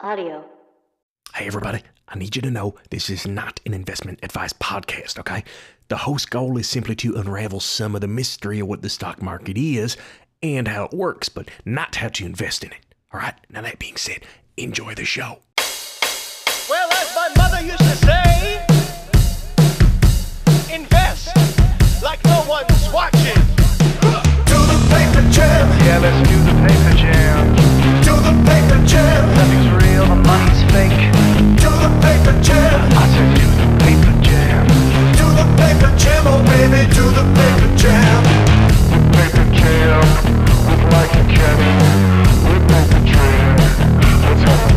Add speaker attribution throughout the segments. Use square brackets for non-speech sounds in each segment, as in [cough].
Speaker 1: Audio.
Speaker 2: Hey, everybody, I need you to know this is not an investment advice podcast, okay? The host's goal is simply to unravel some of the mystery of what the stock market is and how it works, but not how to invest in it, all right? Now, that being said, enjoy the show.
Speaker 3: Well, as my mother used to say, invest like no one's watching.
Speaker 4: To the paper jam,
Speaker 5: Yeah, let's do the paper jam.
Speaker 4: to the paper jam,
Speaker 5: Nothing's real, the money's fake.
Speaker 4: to the paper jam,
Speaker 5: I said do the paper jam.
Speaker 4: to the paper jam, oh baby, to the paper jam.
Speaker 5: Paper jam, with like a cannon. With paper jam, let's have a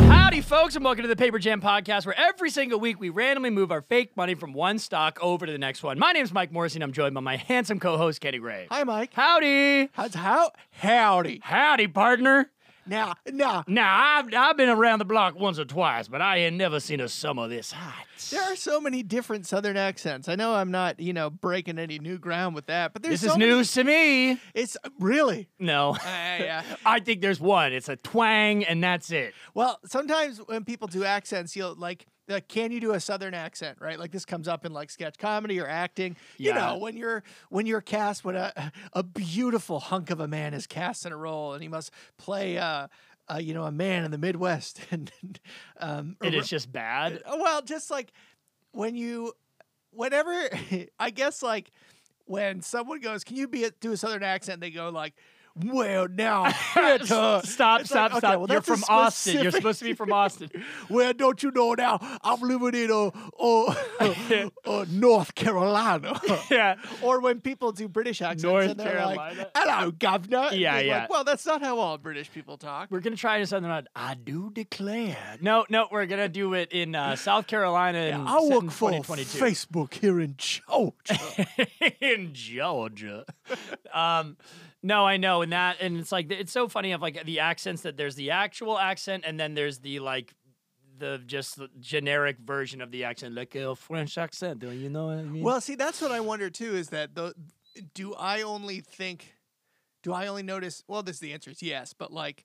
Speaker 5: ball.
Speaker 6: Howdy, folks, and welcome to the Paper Jam Podcast, where every single week we randomly move our fake money from one stock over to the next one. My name is Mike Morrissey, and I'm joined by my handsome co host, Kenny Gray.
Speaker 7: Hi, Mike.
Speaker 6: Howdy.
Speaker 7: How's how? Howdy.
Speaker 6: Howdy, partner.
Speaker 7: Now, now,
Speaker 6: Now, I've, I've been around the block once or twice, but I ain't never seen a summer this hot.
Speaker 7: there are so many different Southern accents. I know I'm not, you know, breaking any new ground with that, but there's
Speaker 6: This is
Speaker 7: so many- Uh,
Speaker 6: news to me.
Speaker 7: It's really.
Speaker 6: No.
Speaker 7: yeah.
Speaker 6: [laughs] I think there's one. It's a twang, and that's it.
Speaker 7: [laughs] Well, sometimes when people do accents, you'll like, like, can you do a Southern accent? Right? Like this comes up in like sketch comedy or acting. You
Speaker 6: Yeah.
Speaker 7: know, when you're when you're cast, when a a beautiful hunk of a man is cast in a role, and he must play, uh, uh you know, a man in the Midwest, [laughs] and um,
Speaker 6: It is just bad.
Speaker 7: Uh, Well, just like when you, whenever, [laughs] I guess like when someone goes, "Can you be a, do a southern accent?" They go like, "Well,
Speaker 6: [laughs]
Speaker 7: now, [laughs]
Speaker 6: Stop,
Speaker 7: it, uh,"
Speaker 6: stop, stop,
Speaker 7: it's like,
Speaker 6: stop.
Speaker 7: okay, well,
Speaker 6: You're
Speaker 7: that's a
Speaker 6: from Austin. You're
Speaker 7: specific-
Speaker 6: supposed to be from Austin.
Speaker 7: [laughs] Well, don't you know now? I'm living in uh, uh, [laughs] uh, North Carolina. [laughs]
Speaker 6: yeah.
Speaker 7: Or when people do British accents
Speaker 6: North
Speaker 7: and they're
Speaker 6: Carolina.
Speaker 7: like, "Hello, governor." and
Speaker 6: Yeah,
Speaker 7: you're
Speaker 6: yeah.
Speaker 7: Like, well, that's not how all British people talk.
Speaker 6: We're gonna try this on the road. I do declare. No, no, we're gonna do it in uh, South Carolina. In,
Speaker 7: I
Speaker 6: set in
Speaker 7: work for
Speaker 6: 2022
Speaker 7: Facebook here in Georgia.
Speaker 6: [laughs] in Georgia. um, no, I know, and that, and it's like it's so funny of like the accents that there's the actual accent, and then there's the like the just the generic version of the accent, like a French accent. Do you know what I mean?
Speaker 7: Well, see, that's what I wonder too. Is that the do I only think? Do I only notice? Well, this the answer is yes, but like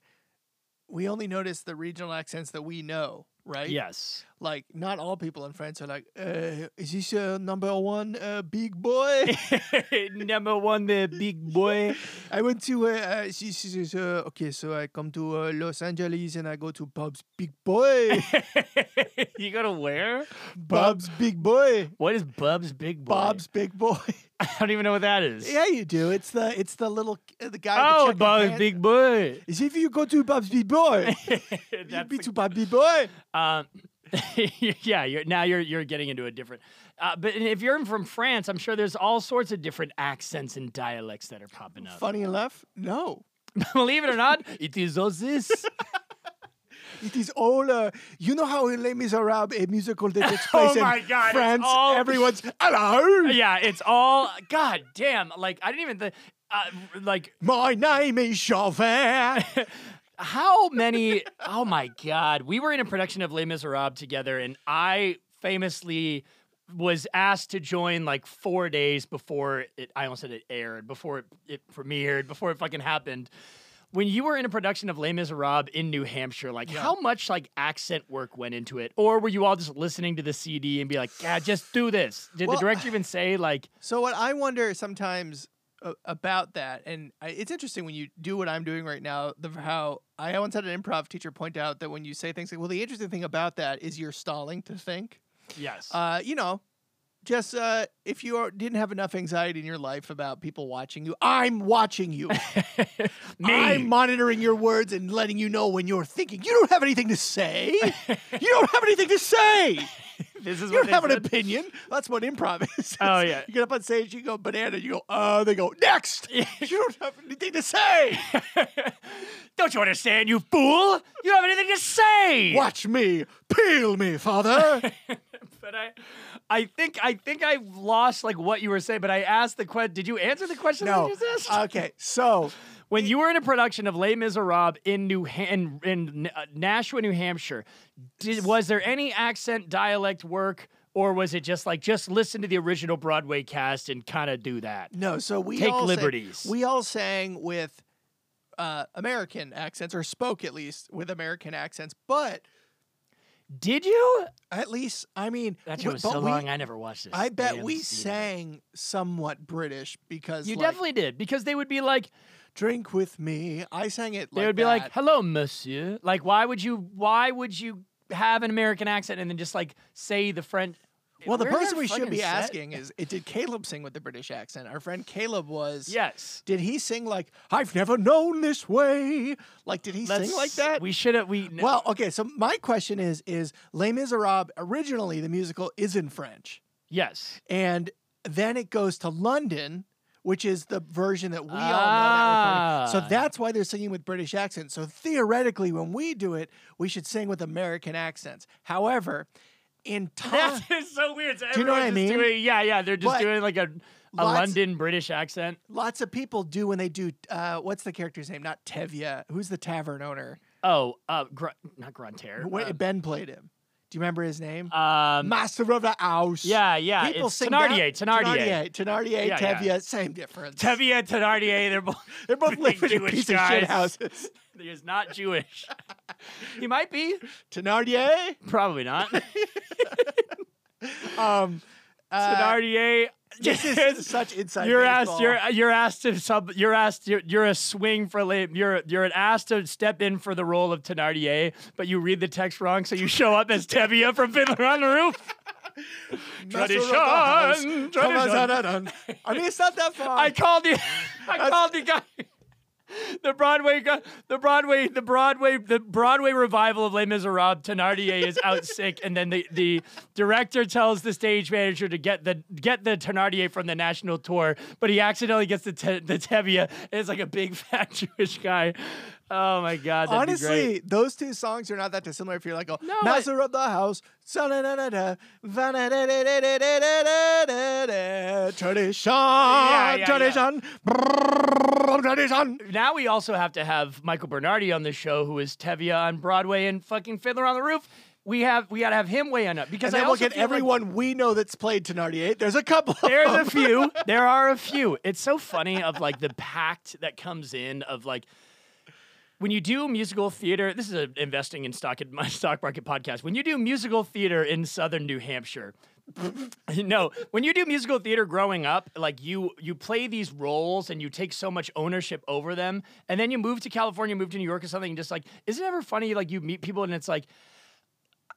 Speaker 7: we only notice the regional accents that we know, right?
Speaker 6: yes. [laughs]
Speaker 7: Like not all people in France are like, uh, "Is this uh, number one uh,
Speaker 6: [laughs]
Speaker 7: big boy?"
Speaker 6: Number one, the big boy. [laughs]
Speaker 7: I went to uh, uh, she- she- she's, uh, okay, so I come to uh, Los Angeles and I go to Bob's Big
Speaker 6: [laughs]
Speaker 7: Boy.
Speaker 6: you gotta wear.
Speaker 7: Bob's Big Boy.
Speaker 6: What is Bub's big boy?
Speaker 7: Bob's Big Boy.
Speaker 6: [laughs]
Speaker 7: [laughs]
Speaker 6: I don't even know what that is.
Speaker 7: yeah, you do. It's the it's the little uh, the guy. with the
Speaker 6: Oh,
Speaker 7: checkered
Speaker 6: Bob's
Speaker 7: pants.
Speaker 6: big boy. [laughs]
Speaker 7: Is if you go to Bob's Big [laughs] Boy, you
Speaker 6: That's
Speaker 7: be to
Speaker 6: the-
Speaker 7: Bob's Big Boy.
Speaker 6: um, [laughs] yeah, you're, now you're you're getting into a different. Uh, but if you're from France, I'm sure there's all sorts of different accents and dialects that are popping up.
Speaker 7: Funny enough, no.
Speaker 6: [laughs] Believe it or not, it is all this.
Speaker 7: It is all, uh, you know how in Les Miserables, a musical [laughs] that takes place
Speaker 6: my
Speaker 7: in
Speaker 6: God, it's
Speaker 7: France,
Speaker 6: all-
Speaker 7: [laughs] everyone's, hello,
Speaker 6: [laughs] yeah, it's all. God damn! Like I didn't even. Th- uh, like
Speaker 7: my name is Chauvin.
Speaker 6: [laughs] how many oh my god we were in a production of les miserables together and i famously was asked to join like four days before it i almost said it aired before it, it premiered before it fucking happened when you were in a production of les miserables in new hampshire like how much like accent work went into it or were you all just listening to the cd and be like yeah just do this did
Speaker 7: Well,
Speaker 6: the director even say like
Speaker 7: So what I wonder sometimes a- about that, and I, it's interesting when you do what I'm doing right now. The how I once had an improv teacher point out that when you say things like, "Well, the interesting thing about that is you're stalling to think,"
Speaker 6: yes
Speaker 7: uh, you know, just uh, if you are, didn't have enough anxiety in your life about people watching you, I'm
Speaker 6: [laughs]
Speaker 7: watching you.
Speaker 6: me
Speaker 7: I'm monitoring your words and letting you know when you're thinking. You don't have anything to say. you don't have anything
Speaker 6: [laughs]
Speaker 7: to say.
Speaker 6: this is
Speaker 7: You
Speaker 6: what
Speaker 7: don't
Speaker 6: they
Speaker 7: have an
Speaker 6: said.
Speaker 7: opinion. That's what improv [laughs] is.
Speaker 6: Oh, yeah.
Speaker 7: You get up on stage, you go banana, you go, uh, they go, next. [laughs] you don't have anything
Speaker 6: [laughs]
Speaker 7: to say.
Speaker 6: don't you understand you fool you don't have anything to say
Speaker 7: Watch me, peel me, father.
Speaker 6: [laughs] but I, I think I think I lost like what you were saying. But I asked the question. Did you answer the question that I just asked?
Speaker 7: Okay, so
Speaker 6: when you were in a production of Les Miserables in New ha- in, in uh, Nashua, New Hampshire, did, was there any accent dialect work, or was it just like just listen to the original Broadway cast and kind of do that?
Speaker 7: no, so we
Speaker 6: Take
Speaker 7: all sang-
Speaker 6: liberties.
Speaker 7: we all sang with uh, American accents or spoke at least with American accents. But
Speaker 6: Did you?
Speaker 7: at least, I mean,
Speaker 6: That show
Speaker 7: w-
Speaker 6: was
Speaker 7: but
Speaker 6: so
Speaker 7: we-
Speaker 6: long. I never watched this.
Speaker 7: I bet
Speaker 6: damn
Speaker 7: we
Speaker 6: season.
Speaker 7: sang somewhat British because
Speaker 6: You
Speaker 7: like,
Speaker 6: definitely did because they would be like,
Speaker 7: drink with me. I sang it.
Speaker 6: they
Speaker 7: like
Speaker 6: would be like,
Speaker 7: that.
Speaker 6: "Hello, monsieur." Like, why would you? Why would you have an American accent and then just like say the French?
Speaker 7: Well, the
Speaker 6: Where's
Speaker 7: person
Speaker 6: our
Speaker 7: we should
Speaker 6: fucking
Speaker 7: be
Speaker 6: set?
Speaker 7: asking is, it, did Caleb sing with the British accent? Our friend Caleb was.
Speaker 6: Yes.
Speaker 7: Did he sing like "I've never known this way"? Like, did he
Speaker 6: Let's-
Speaker 7: sing like that?
Speaker 6: We should have. We well,
Speaker 7: well, okay. So my question is: Is Les Miserables originally the musical is in French,
Speaker 6: yes.
Speaker 7: and then it goes to London, which is the version that we all know that
Speaker 6: Ah.
Speaker 7: recording. So that's why they're singing with British accents. So theoretically, when we do it, we should sing with American accents. However,
Speaker 6: [laughs]
Speaker 7: in time,
Speaker 6: That is so weird. So
Speaker 7: Do you know what I
Speaker 6: everyone's just
Speaker 7: mean?
Speaker 6: Doing, yeah, yeah. They're just
Speaker 7: But
Speaker 6: doing like a, a
Speaker 7: lots-
Speaker 6: London British accent.
Speaker 7: lots of people do when they do. Uh, what's the character's name? Not Tevye. Who's the tavern owner?
Speaker 6: Oh, uh, gr- not Grunter.
Speaker 7: Wait, ben played him. Do you remember his name?
Speaker 6: um,
Speaker 7: Master of the House.
Speaker 6: yeah, yeah. uh,
Speaker 7: People
Speaker 6: it's
Speaker 7: sing
Speaker 6: Thenardier,
Speaker 7: that-
Speaker 6: Thenardier.
Speaker 7: Thenardier,
Speaker 6: Yeah, yeah.
Speaker 7: Tevye, same difference.
Speaker 6: Tevye and Thenardier. They're both [laughs]
Speaker 7: They're [laughs] both living in
Speaker 6: Jewish
Speaker 7: piece
Speaker 6: guys.
Speaker 7: of shit houses.
Speaker 6: He is not
Speaker 7: [laughs]
Speaker 6: Jewish. he might be.
Speaker 7: Thenardier,
Speaker 6: Probably not.
Speaker 7: [laughs] um, uh,
Speaker 6: Thenardier.
Speaker 7: this
Speaker 6: [laughs]
Speaker 7: is such inside.
Speaker 6: You're
Speaker 7: baseball.
Speaker 6: asked. You're you're asked to sub. You're asked. You're, you're a swing for late. You're you're asked to step in for the role of Thenardier, but you read the text wrong, so you show up
Speaker 7: [laughs]
Speaker 6: as Tevia from Fiddler on the Roof.
Speaker 7: Master of the House.
Speaker 6: Tradition,
Speaker 7: Dun-dun-dun-dun. I mean, it's not that far.
Speaker 6: I called the. I called the guy. The Broadway, guy- the Broadway, the Broadway, the Broadway revival of Les Miserables. Thenardier is out sick, and then the, the director tells the stage manager to get the get the Thenardier from the national tour, but he accidentally gets the te- the Tevye, and it's like a big [laughs] fat Jewish guy. Oh my god! That'd be great.
Speaker 7: Honestly, those two songs are not that dissimilar. If you're like, oh,
Speaker 6: No, I-
Speaker 7: Master of the House, sa-na-na-na-na, va-na-da-da-da-da-da-da-da-da, tradition,
Speaker 6: yeah.
Speaker 7: tradition, brrrr, tradition.
Speaker 6: now we also have to have Michael Bernardi on the show, who is Tevye on Broadway and fucking Fiddler on the Roof. We have we gotta have him weigh in up because
Speaker 7: And then
Speaker 6: I
Speaker 7: we'll
Speaker 6: also
Speaker 7: get
Speaker 6: feel like-
Speaker 7: everyone we know that's played Tenardier. There's a couple. of
Speaker 6: There's a
Speaker 7: them.
Speaker 6: few. There are a few. It's so funny of like the pact that comes in of like when you do musical theater. This is an investing in stock in my [laughs] stock market podcast. When you do musical theater in southern New Hampshire. [laughs] no, when you do musical theater growing up, like you you play these roles and you take so much ownership over them, and then you move to California, move to New York or something, and just like, isn't it ever funny? Like you meet people and it's like,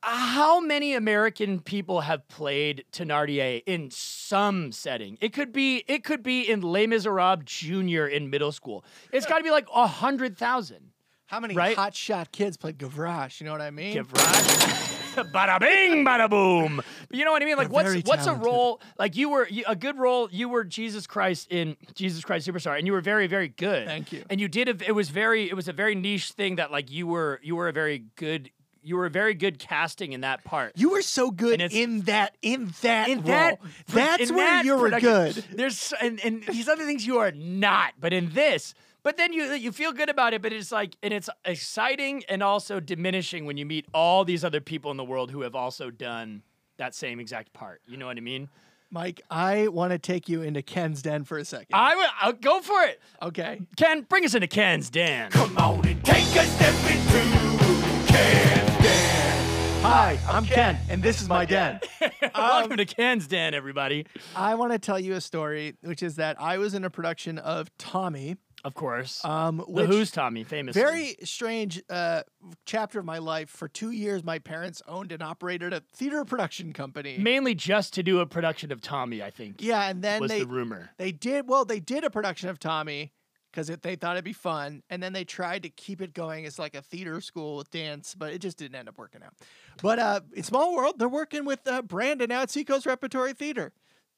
Speaker 6: how many American people have played Thenardier in some setting? It could be it could be in Les Miserables Junior in middle school. It's got to be like a hundred thousand. [laughs]
Speaker 7: How many
Speaker 6: Right?
Speaker 7: hot shot kids played Gavroche? You know what I mean?
Speaker 6: Gavraj. bada bing, bada boom. But you know what I mean? Like,
Speaker 7: They're
Speaker 6: what's
Speaker 7: very
Speaker 6: what's a
Speaker 7: talented.
Speaker 6: role? Like, you were you, a good role. You were Jesus Christ in Jesus Christ Superstar, and you were very, very good.
Speaker 7: Thank you.
Speaker 6: And you did. A, it was very. It was a very niche thing that like you were. You were a very good. You were a very good casting in that part.
Speaker 7: you were so good
Speaker 6: And it's-
Speaker 7: in that in that
Speaker 6: in
Speaker 7: role.
Speaker 6: that pro-
Speaker 7: That's
Speaker 6: in
Speaker 7: where
Speaker 6: that
Speaker 7: you were
Speaker 6: production-
Speaker 7: good.
Speaker 6: There's and, and these other things you are not, but in this, but then you you feel good about it, but it's like and it's exciting and also diminishing when you meet all these other people in the world who have also done that same exact part. You know what I mean?
Speaker 7: Mike, I want to take you into Ken's den for a second.
Speaker 6: I would I'll go for it.
Speaker 7: okay.
Speaker 6: Ken, bring us into Ken's den.
Speaker 7: Hi, I'm Ken, and this is my den.
Speaker 6: [laughs] Welcome to Ken's den, everybody.
Speaker 7: I want to tell you a story, which is that I was in a production of Tommy,
Speaker 6: Of course,
Speaker 7: um,
Speaker 6: the
Speaker 7: which
Speaker 6: Who's Tommy, famously.
Speaker 7: very strange uh, chapter of my life. For two years, my parents owned and operated a theater production company.
Speaker 6: mainly just to do a production of Tommy. I think
Speaker 7: yeah, and then
Speaker 6: was
Speaker 7: they
Speaker 6: the rumor.
Speaker 7: they did well. They did a production of Tommy because they thought it'd be fun, and then they tried to keep it going as like a theater school with dance, but it just didn't end up working out. But uh, in Small World, they're working with uh, Brandon out at Seacoast Repertory Theater.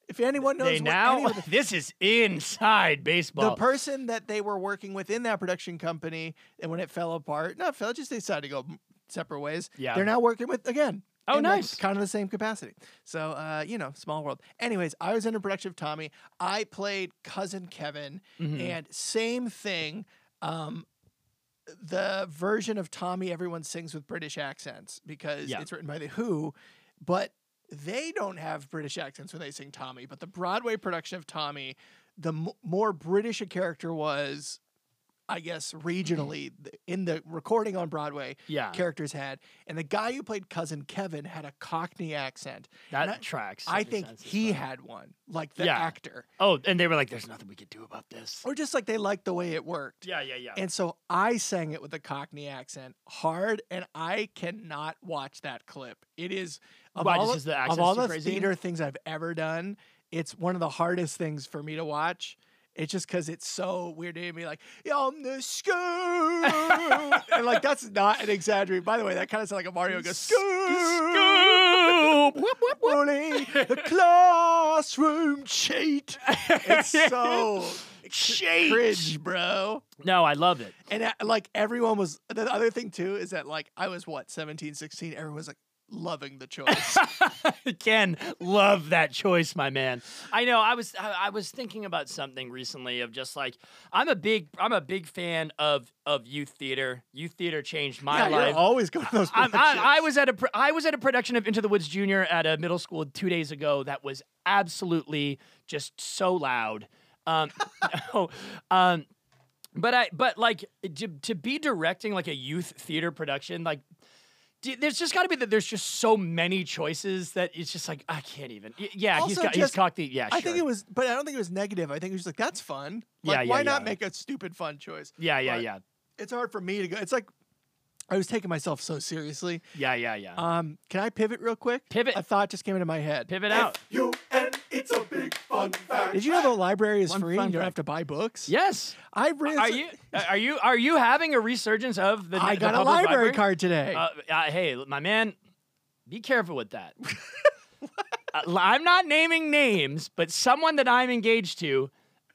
Speaker 7: If anyone knows
Speaker 6: They
Speaker 7: what any
Speaker 6: now
Speaker 7: of
Speaker 6: [laughs]
Speaker 7: the-
Speaker 6: this is inside baseball.
Speaker 7: the person that they were working with in that production company, and when it fell apart, not fell, just they decided to go m- separate ways.
Speaker 6: Yeah.
Speaker 7: they're now working with again.
Speaker 6: Oh,
Speaker 7: in, like,
Speaker 6: nice.
Speaker 7: kind of the same capacity. So, uh, you know, small world. Anyways, I was in a production of Tommy. I played cousin Kevin,
Speaker 6: Mm-hmm.
Speaker 7: and same thing. Um, the version of Tommy everyone sings with British accents because
Speaker 6: Yeah.
Speaker 7: it's written by the Who, but they don't have British accents when they sing Tommy. But the Broadway production of Tommy, the m- more British a character was, I guess regionally th- in the recording on Broadway,
Speaker 6: Yeah.
Speaker 7: characters had, and the guy who played cousin Kevin had a Cockney accent.
Speaker 6: That
Speaker 7: And I-
Speaker 6: tracks.
Speaker 7: I
Speaker 6: That makes
Speaker 7: think
Speaker 6: sense as
Speaker 7: he
Speaker 6: well.
Speaker 7: had one, like the
Speaker 6: Yeah.
Speaker 7: actor,
Speaker 6: Oh, and they were like, "There's nothing we could do about this."
Speaker 7: or just like they liked the way it worked.
Speaker 6: Yeah, yeah, yeah.
Speaker 7: And so I sang it with a Cockney accent hard, and I cannot watch that clip. It is of
Speaker 6: Why,
Speaker 7: all,
Speaker 6: just 'cause the
Speaker 7: of
Speaker 6: accent's
Speaker 7: all
Speaker 6: too
Speaker 7: the
Speaker 6: crazy?
Speaker 7: theater things I've ever done, it's one of the hardest things for me to watch. It's just because it's so weird to me, like, "Yeah,
Speaker 6: [laughs]
Speaker 7: I'm the scoot. and like, that's not an exaggeration. By the way, that kind of sounds like a Mario goes, scoot, [laughs] Bully, the classroom cheat. It's
Speaker 6: [laughs]
Speaker 7: so
Speaker 6: Cheat.
Speaker 7: cringe, bro.
Speaker 6: No, I love it.
Speaker 7: And uh, like everyone was the other thing too is that like I was what 17, 16, everyone was like loving
Speaker 6: [laughs]
Speaker 7: the choice.
Speaker 6: [laughs] Ken, love that choice, my man. I know. I was I, I was thinking about something recently of just like I'm a big I'm a big fan of of youth theater. Youth theater changed my
Speaker 7: yeah,
Speaker 6: life.
Speaker 7: you're always going to those
Speaker 6: I'm, I, I
Speaker 7: productions.
Speaker 6: was at a pr- I was at a production of Into the Woods Junior at a middle school two days ago that was absolutely just so loud. Um, [laughs] no, um, but I but like to, to be directing like a youth theater production like d- there's just got to be that there's just so many choices that it's just like I can't even Y- yeah he's
Speaker 7: Also
Speaker 6: got
Speaker 7: just-
Speaker 6: he's cocked the yeah
Speaker 7: I think
Speaker 6: sure.
Speaker 7: it was but I don't think it was negative. I think it was just like that's fun. Like
Speaker 6: Yeah, yeah,
Speaker 7: why not
Speaker 6: yeah.
Speaker 7: make a stupid fun choice?
Speaker 6: yeah yeah
Speaker 7: but
Speaker 6: yeah
Speaker 7: It's hard for me to go. It's like I was taking myself so seriously.
Speaker 6: yeah yeah yeah
Speaker 7: Um, can I pivot real quick?
Speaker 6: Pivot.
Speaker 7: A thought just came into my head.
Speaker 6: pivot out
Speaker 4: and it's a big fun fact.
Speaker 7: Did you know the library is free?
Speaker 6: fun
Speaker 7: and You don't
Speaker 6: fact.
Speaker 7: have to buy books.
Speaker 6: yes
Speaker 7: I ran.
Speaker 6: are you are you are you having a resurgence of the
Speaker 7: I
Speaker 6: the
Speaker 7: got a
Speaker 6: public
Speaker 7: library,
Speaker 6: library?
Speaker 7: card today.
Speaker 6: Uh, uh, hey, my man, be careful with that. Uh, l- I'm not naming names, but someone that I'm engaged to.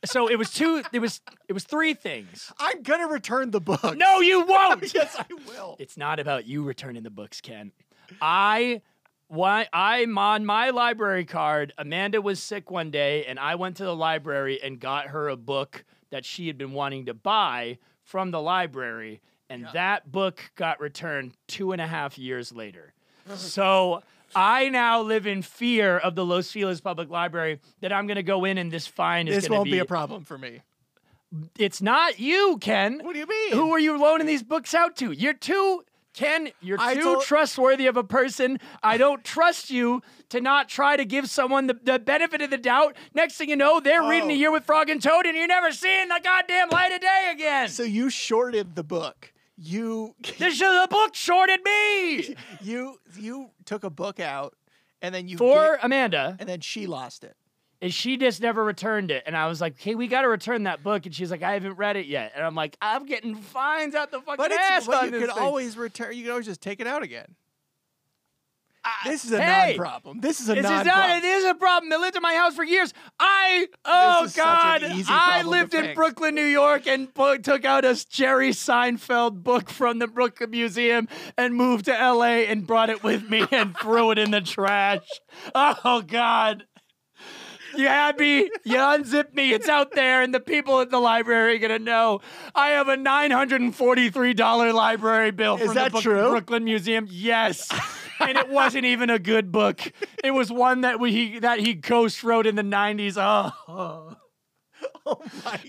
Speaker 6: So it was two. It was it was three things.
Speaker 7: I'm gonna return the book.
Speaker 6: No, you won't.
Speaker 7: Yes, I will.
Speaker 6: It's not about you returning the books, Ken. I why I'm on my library card. Amanda was sick one day, and I went to the library and got her a book that she had been wanting to buy from the library, and that book got returned two and a half years
Speaker 7: [laughs]
Speaker 6: later. So I now live in fear of the Los Feliz Public Library that I'm going to go in and this fine is
Speaker 7: This
Speaker 6: going
Speaker 7: won't
Speaker 6: to
Speaker 7: be...
Speaker 6: be
Speaker 7: a problem for me.
Speaker 6: It's not you, Ken.
Speaker 7: What do you mean?
Speaker 6: Who are you loaning these books out to? You're too Ken, you're
Speaker 7: I
Speaker 6: too
Speaker 7: told-
Speaker 6: trustworthy of a person. I don't trust you to not try to give someone the, the benefit of the doubt. Next thing you know, they're reading a
Speaker 7: Oh.
Speaker 6: year with Frog and Toad, and you're never seeing the goddamn light of day again.
Speaker 7: So you shorted the book.
Speaker 6: [laughs]
Speaker 7: You
Speaker 6: this is the book shorted
Speaker 7: [laughs]
Speaker 6: me
Speaker 7: you you took a book out, and then you
Speaker 6: for
Speaker 7: gave-
Speaker 6: Amanda,
Speaker 7: and then she lost it.
Speaker 6: and she just never returned it. And I was like, "Hey, we got to return that book." And she's like, "I haven't read it yet." And I'm like, "I'm getting fines out the fucking
Speaker 7: But
Speaker 6: ass
Speaker 7: it's but
Speaker 6: on
Speaker 7: you
Speaker 6: this
Speaker 7: could
Speaker 6: thing."
Speaker 7: always return. You could always just take it out again. this is a
Speaker 6: hey!
Speaker 7: non-problem. This is a
Speaker 6: This is
Speaker 7: non-problem.
Speaker 6: not. It is a problem. It lived in my house for years. I oh
Speaker 7: is such
Speaker 6: god,
Speaker 7: an easy
Speaker 6: I
Speaker 7: problem to
Speaker 6: lived in
Speaker 7: fix.
Speaker 6: Brooklyn, New York, and bo- took out a Jerry Seinfeld book from the Brooklyn Museum and moved to L.A. and brought it with me [laughs] and threw it in the trash. Oh god. You had me. You unzipped me. It's out there, and the people at the library are gonna know. I have a nine hundred and forty-three dollar library bill from the
Speaker 7: that
Speaker 6: Book-
Speaker 7: true?
Speaker 6: Brooklyn Museum. Yes, and it wasn't even a good book. It was one that we he, that he ghost wrote in the nineties. Oh.
Speaker 7: Oh,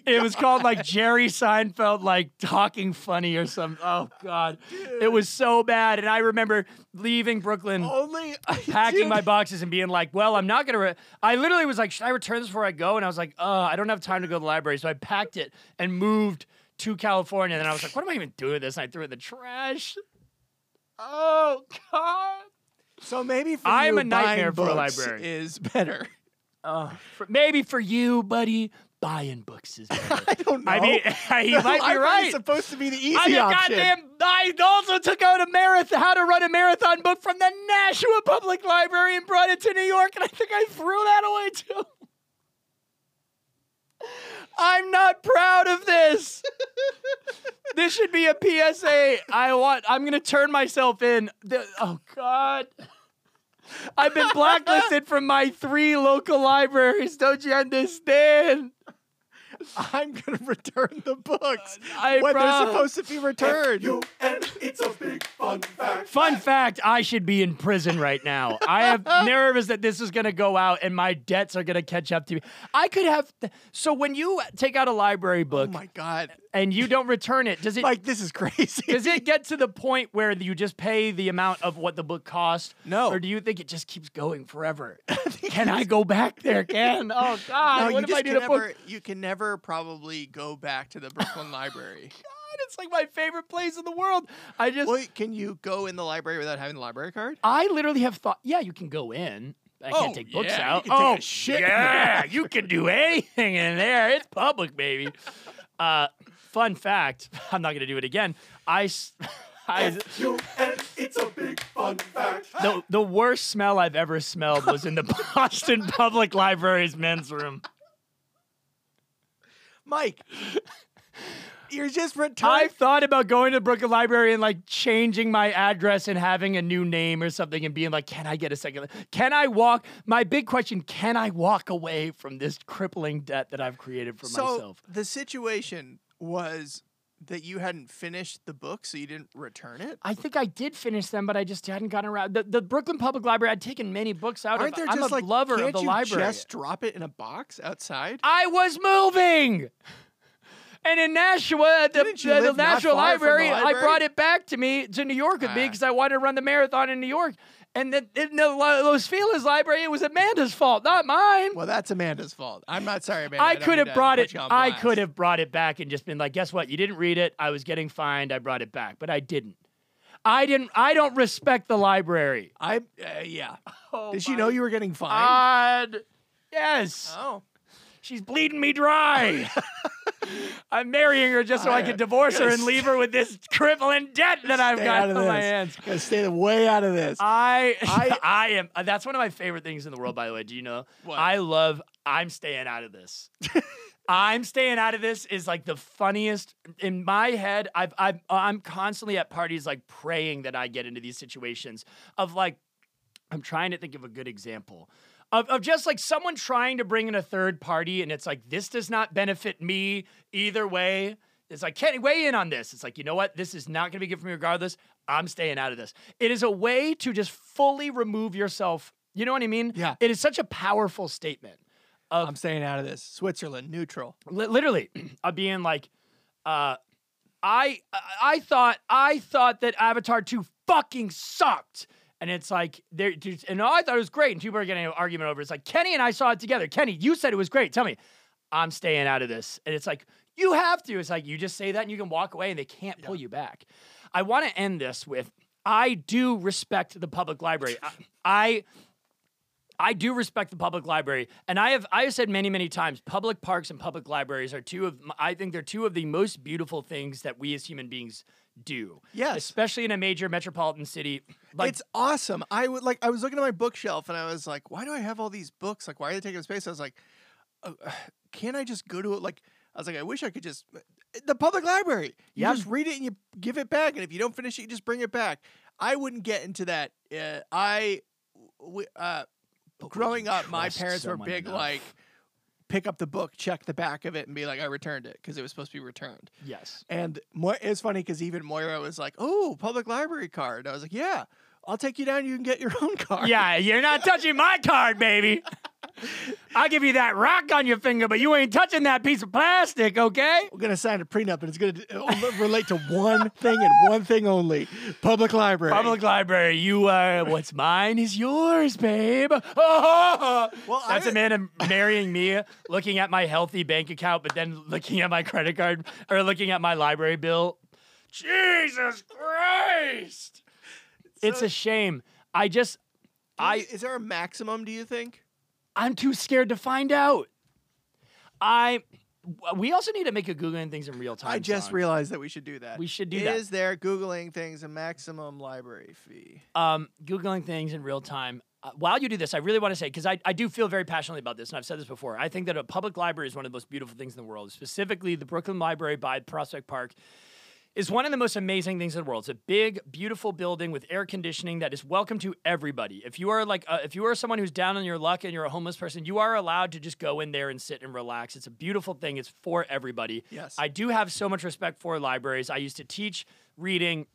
Speaker 6: It was called like Jerry Seinfeld, like talking funny or something. Oh God, it was so bad. And I remember leaving Brooklyn
Speaker 7: Only
Speaker 6: packing
Speaker 7: Dude,
Speaker 6: my boxes and being like, "Well, I'm not gonna." Re-. I literally was like, "Should I return this before I go?" And I was like, "Uh, I don't have time to go to the library," so I packed it and moved to California. And then I was like, "What am I even doing with this?" And I threw it in the trash. Oh God!
Speaker 7: So maybe for
Speaker 6: I'm
Speaker 7: you,
Speaker 6: a nightmare
Speaker 7: buying
Speaker 6: for a
Speaker 7: books
Speaker 6: library. [laughs]
Speaker 7: Is better.
Speaker 6: Uh, for, maybe for you, buddy, buying books
Speaker 7: [laughs]
Speaker 6: is better.
Speaker 7: I don't know.
Speaker 6: I mean, [laughs]
Speaker 7: [laughs]
Speaker 6: he
Speaker 7: The
Speaker 6: might be
Speaker 7: library
Speaker 6: right.
Speaker 7: Is supposed to be the easy
Speaker 6: I'm a
Speaker 7: option.
Speaker 6: goddamn. I also took out a marathon, how to run a marathon book from the Nashua Public Library and brought it to New York, and I think I threw that away too. I'm not proud of
Speaker 7: [laughs]
Speaker 6: this. this should be a PSA. I want. I'm gonna turn myself in. The- oh God. I've been blacklisted from my three local libraries. Don't you understand?
Speaker 7: I'm gonna return the books
Speaker 6: I
Speaker 7: when
Speaker 6: prob-
Speaker 7: they're supposed to be returned.
Speaker 4: You and It's a big fun fact.
Speaker 6: Fun fact, I should be in prison right now. I
Speaker 7: [laughs]
Speaker 6: am nervous that this is going to go out and my debts are going to catch up to me. I could have. so when you take out a library book
Speaker 7: Oh my god!
Speaker 6: and you don't return it, does it
Speaker 7: Like this is crazy.
Speaker 6: [laughs]
Speaker 7: [laughs]
Speaker 6: does it get to the point where you just pay the amount of what the book cost?
Speaker 7: No.
Speaker 6: Or do you think it just keeps going
Speaker 7: [laughs]
Speaker 6: forever? Can I go back there? Can? Oh God! what
Speaker 7: No, you
Speaker 6: if I
Speaker 7: just
Speaker 6: did
Speaker 7: can
Speaker 6: a book?
Speaker 7: never. You can never probably go back to
Speaker 6: [laughs]
Speaker 7: the Brooklyn Library.
Speaker 6: God, [laughs] it's like my favorite place in the world. I just.
Speaker 7: Well, can you go in the library without having the library card?
Speaker 6: I literally have thought, yeah, you can go in. I
Speaker 7: Oh,
Speaker 6: can't take books
Speaker 7: yeah, you
Speaker 6: out.
Speaker 7: can take
Speaker 6: oh
Speaker 7: a shit
Speaker 6: [laughs]
Speaker 7: in
Speaker 6: yeah, you can do anything in there. It's public, baby. Uh, fun fact: [laughs] I'm not gonna do it again. I, s- [laughs] I-
Speaker 4: F-U-N, it's a big fun fact.
Speaker 6: the the worst smell I've ever smelled was in the [laughs] Boston Public Library's men's room.
Speaker 7: Mike, you're just
Speaker 6: I've
Speaker 7: retarded.
Speaker 6: thought about going to the Brooklyn Library and like changing my address and having a new name or something and being like, can I get a second? Can I walk? My big question can I walk away from this crippling debt that I've created for
Speaker 7: So
Speaker 6: myself?
Speaker 7: the situation was that you hadn't finished the book, so you didn't return it.
Speaker 6: I think I did finish them, but I just hadn't gotten around. The, the Brooklyn Public Library, I'd taken many books out
Speaker 7: Aren't
Speaker 6: of.
Speaker 7: there
Speaker 6: I'm
Speaker 7: just
Speaker 6: a
Speaker 7: like
Speaker 6: lover
Speaker 7: can't
Speaker 6: of the
Speaker 7: you
Speaker 6: library.
Speaker 7: Just drop it in a box outside.
Speaker 6: I was moving. And in Nashua, at the,
Speaker 7: Didn't
Speaker 6: the-
Speaker 7: you
Speaker 6: the
Speaker 7: live not
Speaker 6: National
Speaker 7: far from the
Speaker 6: library, I
Speaker 7: library?
Speaker 6: brought it back to me to New York with me
Speaker 7: Ah.
Speaker 6: because I wanted to run the marathon in New York. And then in the Lo- Los Feliz Library, it was Amanda's fault, not mine.
Speaker 7: Well, that's Amanda's fault. I'm not sorry, Amanda.
Speaker 6: I
Speaker 7: don't
Speaker 6: could
Speaker 7: mean
Speaker 6: have
Speaker 7: to
Speaker 6: brought
Speaker 7: put
Speaker 6: it.
Speaker 7: you on
Speaker 6: I
Speaker 7: blast.
Speaker 6: could have brought it back and just been like, "Guess what? You didn't read it. I was getting fined. I brought it back, but I didn't. I didn't. I don't respect the library."
Speaker 7: I uh, yeah. Did she know you were getting fined?
Speaker 6: God. Yes.
Speaker 7: oh.
Speaker 6: She's bleeding me
Speaker 7: [laughs]
Speaker 6: dry. I'm marrying her just so I can divorce
Speaker 7: [laughs]
Speaker 6: her and leave her with this crippling debt that I've
Speaker 7: Stay
Speaker 6: got
Speaker 7: out
Speaker 6: on
Speaker 7: of
Speaker 6: my
Speaker 7: this.
Speaker 6: hands.
Speaker 7: Gotta stay the way out of this.
Speaker 6: I, [laughs] I
Speaker 7: I-
Speaker 6: am. uh, That's one of my favorite things in the world. By the way, do you know?
Speaker 7: What?
Speaker 6: I love. I'm staying out of this. I'm staying out of this is like the funniest in my head. I've, I've I'm constantly at parties like praying that I get into these situations of like I'm trying to think of a good example of, of just like someone trying to bring in a third party and it's like this does not benefit me either way it's like can't weigh in on this it's like you know what this is not going to be good for me regardless i'm staying out of this it is a way to just fully remove yourself you know what i mean
Speaker 7: Yeah.
Speaker 6: it is such a powerful statement
Speaker 7: I'm staying out of this. Switzerland, neutral.
Speaker 6: li- literally [clears throat] of being like uh i I- i thought i thought that avatar 2 fucking sucked and it's like there dude, and i thought it was great and people are getting in an argument over it. it's like kenny and i saw it together kenny you said it was great tell me i'm staying out of this and it's like you have to it's like you just say that and you can walk away and they can't pull you back i want to end this with i do respect the public library I- I I do respect the public library, and I have I have said many many times, public parks and public libraries are two of I think they're two of the most beautiful things that we as human beings do.
Speaker 7: Yes.
Speaker 6: especially in a major metropolitan city. Like
Speaker 7: it's awesome. I would like. I was looking at my bookshelf and I was like, "Why do I have all these books? Like, why are they taking up space?" I was like, uh, [sighs] "Can't I just go to it?" Like, I was like, "I wish I could just eh, the public library. You
Speaker 6: Yeah.
Speaker 7: just read it and you give it back, and if you don't finish it, you just bring it back." I wouldn't get into that. Uh, I, w- uh, growing
Speaker 6: you
Speaker 7: up, my
Speaker 6: trust
Speaker 7: parents were
Speaker 6: someone
Speaker 7: big
Speaker 6: enough?
Speaker 7: like. Pick up the book, check the back of it, and be like, "I returned it" because it was supposed to be returned. [laughs]
Speaker 6: yes,
Speaker 7: And Mo- it's funny because even Moira was like, "Oh, public library card." I was like, "Yeah, I'll take you down. You can get your [laughs] own card."
Speaker 6: yeah, you're not touching my card,
Speaker 7: [laughs]
Speaker 6: baby. I'll give you that rock on your finger, but you ain't touching that piece of plastic, okay?
Speaker 7: we're gonna sign a prenup, and it's gonna it'll relate to one thing and one thing only: public library.
Speaker 6: Public library, you are what's mine is yours, babe. [laughs]
Speaker 7: Well,
Speaker 6: that's
Speaker 7: I-
Speaker 6: Amanda marrying me, looking at my healthy bank account, but then looking at my credit card or looking at my library bill. Jesus Christ! it's a shame. I just, I,
Speaker 7: I is there a maximum? Do you think?
Speaker 6: I'm too scared to find out. I, we also need to make a googling things in real time.
Speaker 7: I just
Speaker 6: song.
Speaker 7: realized that we should do that.
Speaker 6: We should do that.
Speaker 7: Is there googling things a maximum library fee?
Speaker 6: um, googling things in real time. Uh, while you do this, I really want to say because I, I do feel very passionately about this, and I've said this before. I think that a public library is one of the most beautiful things in the world. Specifically, the Brooklyn Library by Prospect Park is one of the most amazing things in the world. It's a big, beautiful building with air conditioning that is welcome to everybody. If you are like, uh, if you are someone who's down on your luck and you're a homeless person, you are allowed to just go in there and sit and relax. It's a beautiful thing. It's for everybody.
Speaker 7: Yes.
Speaker 6: I do have so much respect for libraries. I used to teach reading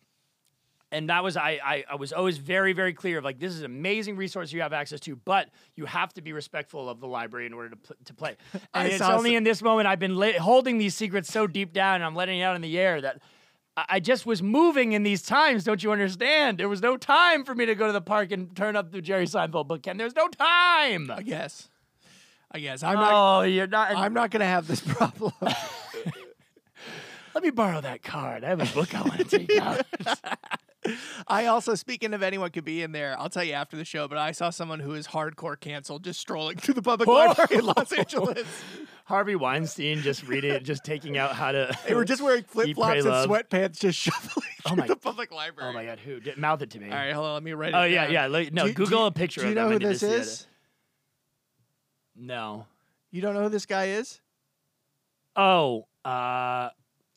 Speaker 6: and that was I, I I was always very very clear of like this is an amazing resource you have access to, but you have to be respectful of the library in order to pl- to play.
Speaker 7: [laughs] I
Speaker 6: And it's
Speaker 7: saw
Speaker 6: only
Speaker 7: some-
Speaker 6: in this moment I've been la- holding these secrets so deep down, and I'm letting it out in the air that. I- I just was moving in these times, don't you understand? There was no time for me to go to the park and turn up the Jerry Seinfeld book, Ken. There's no time. [laughs]
Speaker 7: I guess. I guess I'm not.
Speaker 6: Oh, you're not.
Speaker 7: I'm not gonna have this [laughs] problem.
Speaker 6: Let me borrow that card. I have a book I want to
Speaker 7: [laughs]
Speaker 6: take out.
Speaker 7: I also, speaking of anyone could be in there, I'll tell you after the show. But I saw someone who is hardcore canceled just strolling through the public library in
Speaker 6: [laughs]
Speaker 7: Los Angeles.
Speaker 6: Harvey Weinstein just reading, just taking out how to.
Speaker 7: They were just wearing flip
Speaker 6: Eat, Pray,
Speaker 7: flops and
Speaker 6: Love.
Speaker 7: sweatpants, just [laughs] shuffling through
Speaker 6: Oh my-
Speaker 7: the public
Speaker 6: [laughs]
Speaker 7: library.
Speaker 6: Oh my god, who? Did, mouth it to me.
Speaker 7: All right, hold on. Let me write [laughs] it.
Speaker 6: Oh yeah,
Speaker 7: down.
Speaker 6: yeah. Like, no,
Speaker 7: Do you- do
Speaker 6: Google
Speaker 7: you-
Speaker 6: a picture.
Speaker 7: Do you
Speaker 6: of
Speaker 7: know
Speaker 6: them. I
Speaker 7: who
Speaker 6: did
Speaker 7: this
Speaker 6: the other-
Speaker 7: is?
Speaker 6: No.
Speaker 7: You don't know who this guy is
Speaker 6: Oh. Uh.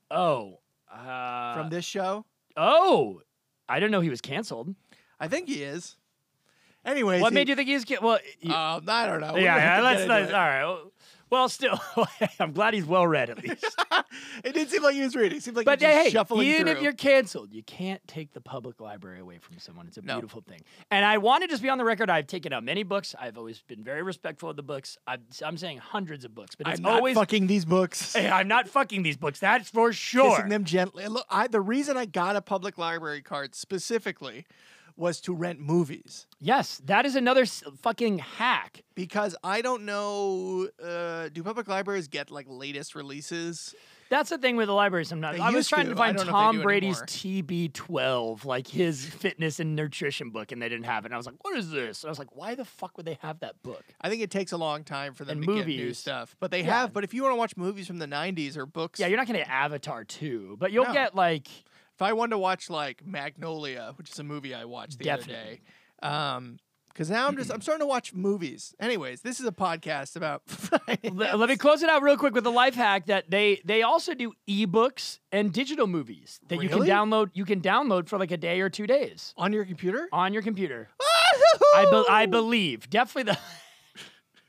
Speaker 6: Oh. Uh,
Speaker 7: from this show?
Speaker 6: Oh. I didn't know he was canceled.
Speaker 7: I think he is. Anyways,
Speaker 6: what
Speaker 7: he-
Speaker 6: made you think he was canceled? Well, you-
Speaker 7: Um, I [laughs] don't know. We're
Speaker 6: yeah.
Speaker 7: gonna
Speaker 6: yeah
Speaker 7: get
Speaker 6: let's.
Speaker 7: into
Speaker 6: let's
Speaker 7: it.
Speaker 6: all right. well- [laughs] Well, still, I'm glad he's well read
Speaker 7: [laughs]
Speaker 6: at least.
Speaker 7: It didn't seem like he was reading. It seemed like
Speaker 6: uh, But
Speaker 7: he was just
Speaker 6: hey,
Speaker 7: shuffling
Speaker 6: even
Speaker 7: through.
Speaker 6: if you're canceled, you can't take the public library away from someone. It's a
Speaker 7: No.
Speaker 6: beautiful thing. And I want to just be on the record. I've taken out many books. I've always been very respectful of the books. I've, I'm saying hundreds of books, but it's
Speaker 7: I'm not
Speaker 6: always.
Speaker 7: fucking these
Speaker 6: [laughs]
Speaker 7: books.
Speaker 6: Hey, I'm not fucking these books. That's for sure.
Speaker 7: Kissing them gently. Look, I, the reason I got a public library card specifically was to rent movies
Speaker 6: Yes, that is another s- fucking hack.
Speaker 7: because I don't know. Uh, do public libraries get like latest releases?
Speaker 6: That's the thing with the library sometimes.
Speaker 7: They
Speaker 6: I was
Speaker 7: used
Speaker 6: trying to,
Speaker 7: to. I
Speaker 6: find
Speaker 7: don't know if they
Speaker 6: Tom
Speaker 7: do
Speaker 6: Brady's
Speaker 7: anymore.
Speaker 6: TB12, like his fitness and nutrition book, and they didn't have it. And I was like, what is this? And I was like, why the fuck would they have that book?
Speaker 7: I think it takes a long time for them
Speaker 6: And
Speaker 7: to get new
Speaker 6: movies.
Speaker 7: stuff, but they
Speaker 6: Yeah.
Speaker 7: have. But if you want to watch movies from the '90s or books,
Speaker 6: Yeah, you're not going to Avatar 2, but you'll
Speaker 7: No.
Speaker 6: get like.
Speaker 7: if I wanted to watch like Magnolia, which is a movie I watched the
Speaker 6: Definitely.
Speaker 7: other day, um, because now I'm just I'm starting to watch movies. Anyways, this is a podcast about. [laughs]
Speaker 6: Let, let me close it out real quick with a life hack that they they also do ebooks and digital movies that you can
Speaker 7: Really?
Speaker 6: download. You can download for like a day or two days
Speaker 7: on your [laughs] computer.
Speaker 6: on your computer. I be, I believe definitely the [laughs]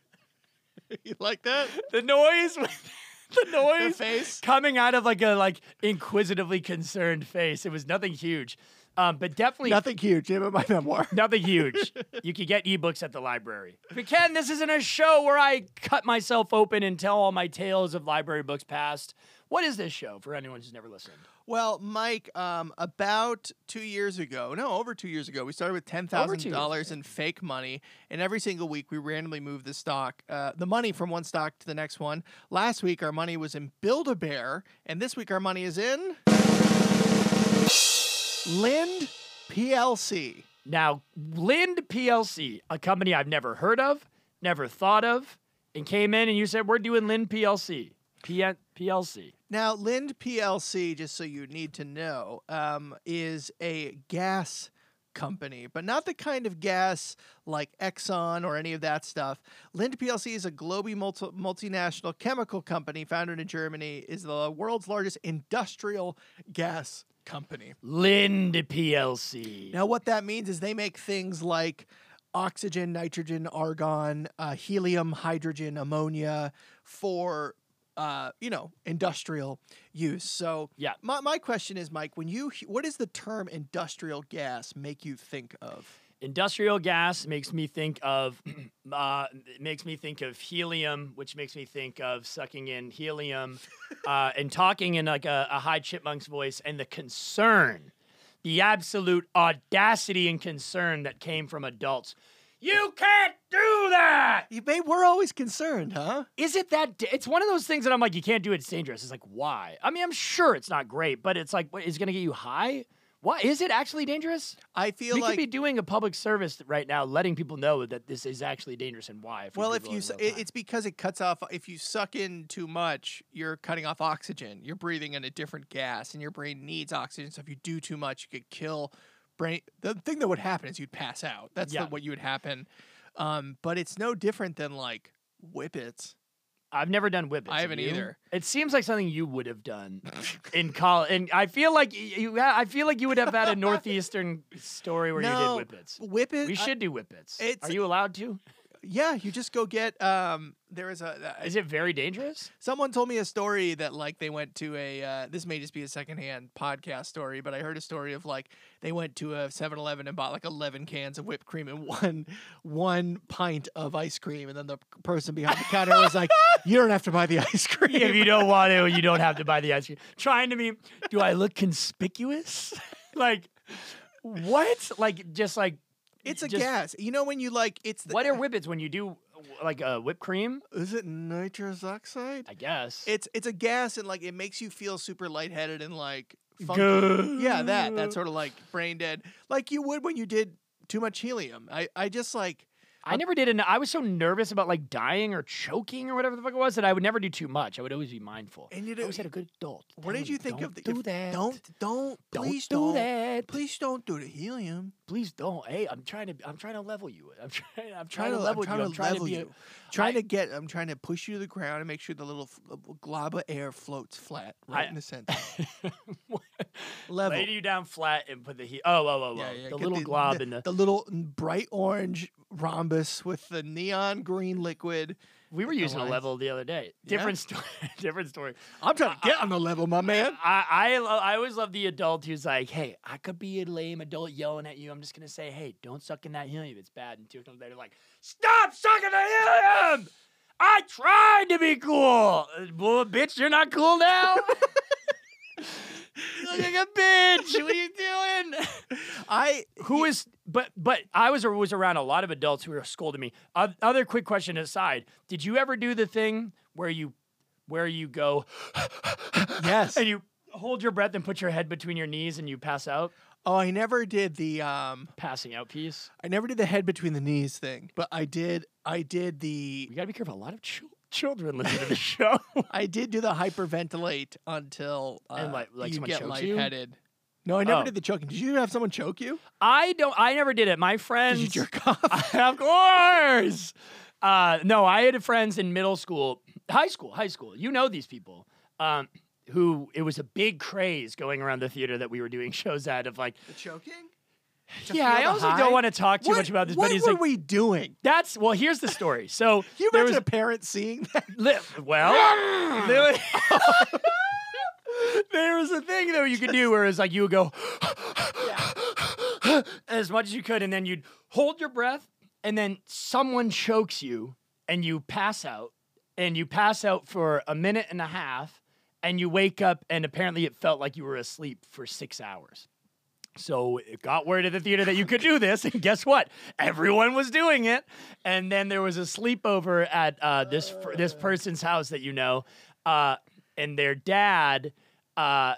Speaker 7: you like that?
Speaker 6: the noise [laughs] with- the
Speaker 7: The
Speaker 6: noise
Speaker 7: face.
Speaker 6: coming out of like a like inquisitively concerned face. It was nothing huge, um, but definitely.
Speaker 7: Nothing huge. Name of my memoir. [laughs]
Speaker 6: Nothing huge. you can get ebooks at the library. But Ken, this isn't a show where I cut myself open and tell all my tales of library books past. What is this show for anyone who's never listened?
Speaker 7: Well, Mike, um, about two years ago, no, over two years ago, we started with ten thousand dollars in fake money, and every single week we randomly moved the stock, uh, the money from one stock to the next one. Last week our money was in Build a Bear, and this week our money is in Lind PLC.
Speaker 6: Now, Lind PLC, a company I've never heard of, never thought of, and came in and you said, We're doing Lind PLC. PN- PLC.
Speaker 7: Now, Lind PLC, just so you need to know, um, is a gas company, but not the kind of gas like Exxon or any of that stuff. Lind PLC is a global multi- multinational chemical company founded in Germany, is the world's largest industrial gas company.
Speaker 6: Lind PLC.
Speaker 7: Now, what that means is they make things like oxygen, nitrogen, argon, uh, helium, hydrogen, ammonia for, uh, you know, industrial use. So,
Speaker 6: Yeah.
Speaker 7: my, my question is, Mike, when you, he- what does the term industrial gas make you think of?
Speaker 6: Industrial gas makes me think of [clears throat] uh, it makes me think of helium, which makes me think of sucking in [laughs] helium uh, and talking in like a, a high chipmunk's voice and the concern, the absolute audacity and concern that came from adults. You can't do that.
Speaker 7: You may, we're always concerned, huh?
Speaker 6: Is it that? da- It's one of those things that I'm like, you can't do it. It's dangerous. It's like, why? I mean, I'm sure it's not great, but it's like, what, is it going to get you high? What is it actually dangerous?
Speaker 7: I feel
Speaker 6: we
Speaker 7: like
Speaker 6: could be doing a public service right now, letting people know that this is actually dangerous and why. we
Speaker 7: Well,
Speaker 6: do
Speaker 7: if
Speaker 6: go
Speaker 7: you
Speaker 6: in
Speaker 7: su-
Speaker 6: real
Speaker 7: it,
Speaker 6: time.
Speaker 7: it's because it cuts off. If you suck in too much, you're cutting off oxygen. You're breathing in a different gas, and your brain needs oxygen. So if you do too much, you could kill brain. The thing that would happen is you'd pass out. That's the-
Speaker 6: Yeah.
Speaker 7: what you would happen. Um, but it's no different than like whippets.
Speaker 6: I've never done whippets.
Speaker 7: I
Speaker 6: have
Speaker 7: haven't
Speaker 6: you?
Speaker 7: either. It
Speaker 6: It seems like something you would have [laughs] done in college, and I feel like y- you. I feel like you would have had a northeastern story where you did whippets.
Speaker 7: Whippets.
Speaker 6: We
Speaker 7: I-
Speaker 6: should do whippets.
Speaker 7: it's-
Speaker 6: Are you allowed to?
Speaker 7: uh, yeah, you just go get. Um, there is a.
Speaker 6: Is it very dangerous?
Speaker 7: Someone told me a story that like they went to a uh, this may just be a secondhand podcast story, but I heard a story of like they went to a 7-Eleven and bought like 11 cans of whipped cream and [laughs] one one pint of ice cream and then the person behind the counter
Speaker 6: [laughs]
Speaker 7: was like, "You don't have to buy the ice cream."
Speaker 6: [laughs] if you don't want to, you don't have to buy the ice cream. Trying to be, do I look conspicuous? [laughs] like, what? Like, just like,
Speaker 7: [laughs] it's a
Speaker 6: just-
Speaker 7: gas. You know when you like it's the,
Speaker 6: what
Speaker 7: [laughs]
Speaker 6: are whippets when you do like uh, whipped cream?
Speaker 7: is it nitrous oxide?
Speaker 6: I guess.
Speaker 7: It's it's a gas and like it makes you feel super lightheaded and like funky.
Speaker 6: Good.
Speaker 7: Yeah, that that sort of like brain dead, like you would when you did too much helium. I I just like
Speaker 6: I never did, and I was so nervous about like dying or choking or whatever the fuck it was that I would never do too much. I would always be mindful.
Speaker 7: And you
Speaker 6: I always
Speaker 7: don't-
Speaker 6: had a good adult.
Speaker 7: What
Speaker 6: telling
Speaker 7: did
Speaker 6: me,
Speaker 7: you think of the
Speaker 6: "Don't do
Speaker 7: if-
Speaker 6: that?
Speaker 7: Don't don't
Speaker 6: Don't
Speaker 7: please
Speaker 6: do
Speaker 7: don't,
Speaker 6: that.
Speaker 7: Please don't do the helium.
Speaker 6: please don't. Hey, I'm trying to. I'm trying to level you. I'm trying. [laughs] I'm
Speaker 7: Trying
Speaker 6: trying
Speaker 7: to,
Speaker 6: to level
Speaker 7: I'm trying
Speaker 6: you.
Speaker 7: to
Speaker 6: I'm trying
Speaker 7: level
Speaker 6: to be. a-
Speaker 7: you. Trying
Speaker 6: I-
Speaker 7: to get. I'm trying to push you to the ground and make sure the little f- glob of air floats flat right
Speaker 6: I- [laughs]
Speaker 7: in the center. level.
Speaker 6: Lay you down flat and put the heat. Oh, oh, oh, oh.
Speaker 7: Yeah, yeah,
Speaker 6: the
Speaker 7: get
Speaker 6: little glob in the.
Speaker 7: the little n- bright orange rhombus with the neon green liquid.
Speaker 6: we were using a
Speaker 7: lines.
Speaker 6: level the other day.
Speaker 7: Yeah?
Speaker 6: Different story. [laughs] different story.
Speaker 7: I'm trying to get on the level, my man.
Speaker 6: I I, lo- I always love the adult who's like, "Hey, I could be a lame adult yelling at you. I'm just gonna say, hey, don't suck in that helium. It's bad." And two comes later, like, "Stop sucking the helium! I tried to be cool. Uh, Well, bitch, you're not cool now. you look like a bitch. What are you doing?"
Speaker 7: [laughs] I
Speaker 6: Who is but but I was was around a lot of adults who were scolding me. O- Other quick question aside, did you ever do the thing where you where you go [laughs]
Speaker 7: yes.
Speaker 6: and you hold your breath and put your head between your knees and you pass out?
Speaker 7: Oh, I never did the um.
Speaker 6: Passing out piece.
Speaker 7: I never did the head between the knees thing, but I did. I did the
Speaker 6: We got to be careful. A lot of chil- children listen to [laughs] the show.
Speaker 7: I did do the hyperventilate until uh,
Speaker 6: And, like- like
Speaker 7: you
Speaker 6: someone
Speaker 7: get
Speaker 6: chokes you?
Speaker 7: lightheaded. No, I never
Speaker 6: Oh.
Speaker 7: did the choking. Did you have someone choke you?
Speaker 6: I don't. I never did it. My
Speaker 7: Did
Speaker 6: friends.
Speaker 7: you jerk
Speaker 6: [laughs]
Speaker 7: off? [laughs]
Speaker 6: of course. Uh, no, I had friends in middle school, high school, high school. You know these people. Um, who it was a big craze going around the theater that we were doing [laughs] shows at of like,
Speaker 7: choking?
Speaker 6: yeah, I
Speaker 7: feel the
Speaker 6: also
Speaker 7: high?
Speaker 6: don't want to talk too
Speaker 7: what,
Speaker 6: much about this,
Speaker 7: What
Speaker 6: but he's
Speaker 7: were
Speaker 6: like,
Speaker 7: we doing?
Speaker 6: that's well. Here's the story. So
Speaker 7: Can [laughs] you
Speaker 6: there
Speaker 7: imagine
Speaker 6: was
Speaker 7: a parent seeing that?
Speaker 6: Li- well, there was, [laughs] there was a thing though you could do where it's like you would go as much as you could, and then you'd hold your breath, and then someone chokes you, and you pass out, and you pass out for a minute and a half, and you wake up, and apparently it felt like you were asleep for six hours. So it got word at the theater that you could do this, and guess what? Everyone was doing it. And then there was a sleepover at uh, this fr- this person's house that you know, uh, and their dad uh,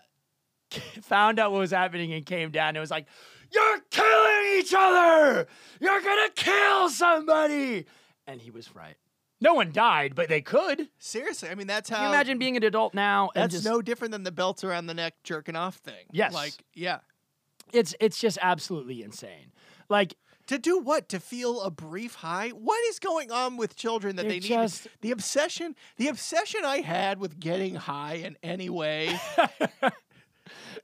Speaker 6: [laughs] found out what was happening and came down and was like, "You're killing each other. You're gonna kill somebody." And he was right. No one died, but they could. Can
Speaker 7: Seriously, I mean that's how.
Speaker 6: you imagine being an adult now? and
Speaker 7: That's
Speaker 6: just-
Speaker 7: no different than the belt around the neck jerking off thing.
Speaker 6: Yes.
Speaker 7: Like yeah.
Speaker 6: It's it's just absolutely insane. Like
Speaker 7: To do what? To feel a brief high? What is going on with children that
Speaker 6: They're
Speaker 7: they need?
Speaker 6: just-
Speaker 7: The obsession, the obsession I had with getting high in
Speaker 6: [laughs]
Speaker 7: any way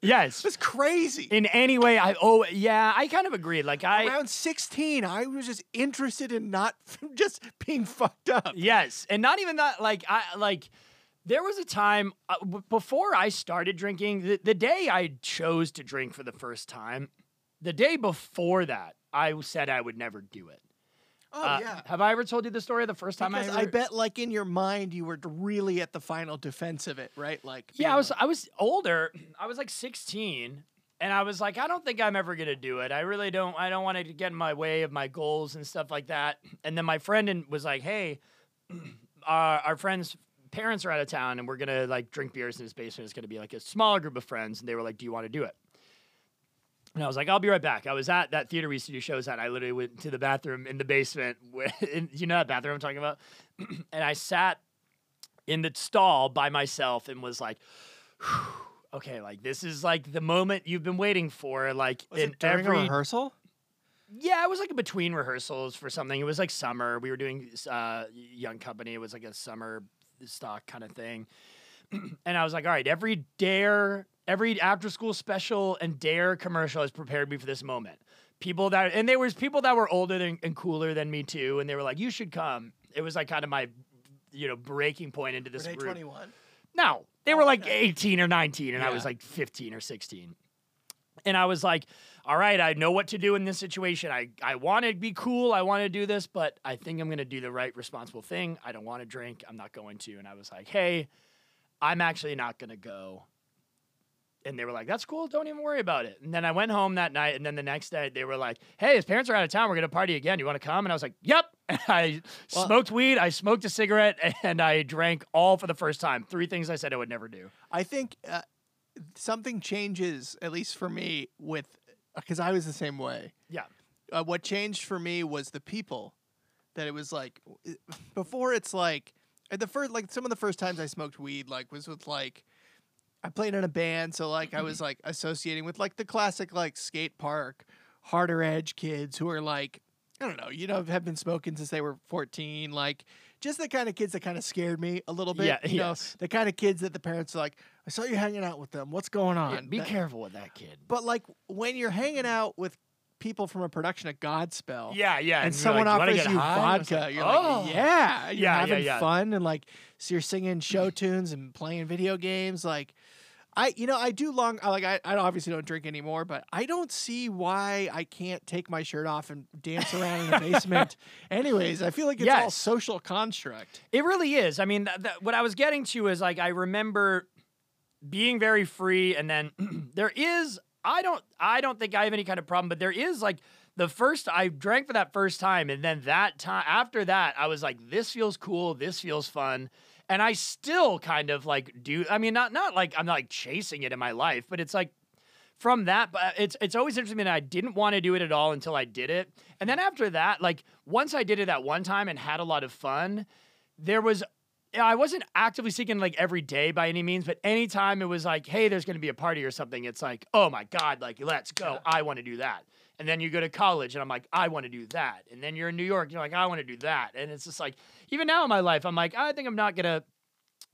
Speaker 6: yes.
Speaker 7: was crazy.
Speaker 6: in any way i oh yeah i kind of agree like i
Speaker 7: Around 16, I was just interested in not [laughs] just being fucked
Speaker 6: Uh,
Speaker 7: up.
Speaker 6: yes and not even that like i like there was a time uh, b- before i started drinking the, the day i chose to drink for the first time the day before that i said i would never do it
Speaker 7: Oh
Speaker 6: Uh,
Speaker 7: yeah.
Speaker 6: have i ever told you the story of the first time
Speaker 7: Because
Speaker 6: i
Speaker 7: I
Speaker 6: ever
Speaker 7: bet, like in your mind, you were really at the final defense of it, right? Like,
Speaker 6: Yeah, I
Speaker 7: being
Speaker 6: was
Speaker 7: like,
Speaker 6: I was older. [clears throat] I was like 16 and I was like I don't think I'm ever going to do it. I really don't I don't want to get in my way of my goals and stuff like that. And then my friend and was like, "Hey, [clears throat] our, our friends parents are out of town and we're going to like drink beers in his basement. It's going to be like a smaller group of friends." And they were like, "Do you want to do it?" And I was like, I'll be right back. I was at that theater we used to do shows at. I literally went to the bathroom in the basement. [laughs] Where, in, you know that bathroom I'm talking about? [clears throat] and I sat in the stall by myself and was like, okay, like this is like the moment you've been waiting for. Like
Speaker 7: was
Speaker 6: in
Speaker 7: it during
Speaker 6: every
Speaker 7: a rehearsal?
Speaker 6: yeah, it was like between rehearsals for something. It was like summer. We were doing uh, Young Company. It [clears throat] was like a summer stock kind of thing. and I was like, all right, every dare every after school special and dare commercial has prepared me for this moment. People that and there was people that were older than, and cooler than me too, and they were like, "You should come." It was like kind of my, you know, breaking point into this
Speaker 7: Were they
Speaker 6: group.
Speaker 7: 21?
Speaker 6: No, they were like 18 or 19, and I was like 15 or 16. And I was like, all right, I know what to do in this situation. I, I want to be cool. I want to do this, but I think I'm going to do the right, responsible thing. I don't want to drink. I'm not going to. And I was like, hey, I'm actually not going to go. And they were like, that's cool. Don't even worry about it. And then I went home that night. And then the next day, they were like, hey, his parents are out of town. We're going to party again. You want to come? And I was like, yep. [laughs] And I smoked weed. I smoked a cigarette [laughs] and I drank all for the first time. Three things I said I would never do.
Speaker 7: I think uh, something changes, at least for me, with because I was the same way.
Speaker 6: Yeah.
Speaker 7: uh, what changed for me was the people that it was like it- [sighs] before it's like at the first like some of the first times i smoked weed like was with like i played in a band so like i was
Speaker 6: Mm-hmm.
Speaker 7: like associating with like the classic like skate park harder edge kids who are like i don't know you know have been smoking since they were 14 like just the kind of kids that kind of scared me a little bit
Speaker 6: Yeah,
Speaker 7: you know
Speaker 6: yes.
Speaker 7: the kind of kids that the parents are like i saw you hanging out with them what's going on
Speaker 6: Yeah, be
Speaker 7: That-
Speaker 6: careful with that kid.
Speaker 7: but like when you're hanging out with people from a production of Godspell,
Speaker 6: Yeah, yeah.
Speaker 7: and
Speaker 6: you're
Speaker 7: someone
Speaker 6: like, wanna
Speaker 7: offers
Speaker 6: get
Speaker 7: you
Speaker 6: high? I was
Speaker 7: vodka,
Speaker 6: like,
Speaker 7: you're
Speaker 6: "Oh."
Speaker 7: like, yeah, you're
Speaker 6: Yeah, yeah,
Speaker 7: having
Speaker 6: yeah.
Speaker 7: fun, and like so you're
Speaker 6: [laughs]
Speaker 7: singing show tunes and playing video games, like. I you know I do long I, like I, I obviously don't drink anymore but I don't see why I can't take my shirt off and dance around in the
Speaker 6: [laughs]
Speaker 7: basement. Anyways, I feel like it's all
Speaker 6: Yes.
Speaker 7: social construct.
Speaker 6: It really is. I mean, th- th- what I was getting to is like I remember being very free, and then [clears throat] there is I don't I don't think I have any kind of problem, but there is like the first I drank for that first time, and then that time after that I was like, this feels cool, this feels fun, and I still kind of like do. I mean, not not like I'm not like chasing it in my life, but it's like from that, but uh, it's it's always interesting that I didn't want to do it at all until I did it. And then after that, like once I did it that one time and had a lot of fun, there was I wasn't actively seeking like every day by any means, but anytime it was like, hey, there's gonna be a party or something, it's like, oh my God, like let's go. I wanna do that. And then you go to college and I'm like, I wanna do that. And then you're in New York, you're like, I wanna do that. And it's just like even now in my life, I'm like, I think I'm not gonna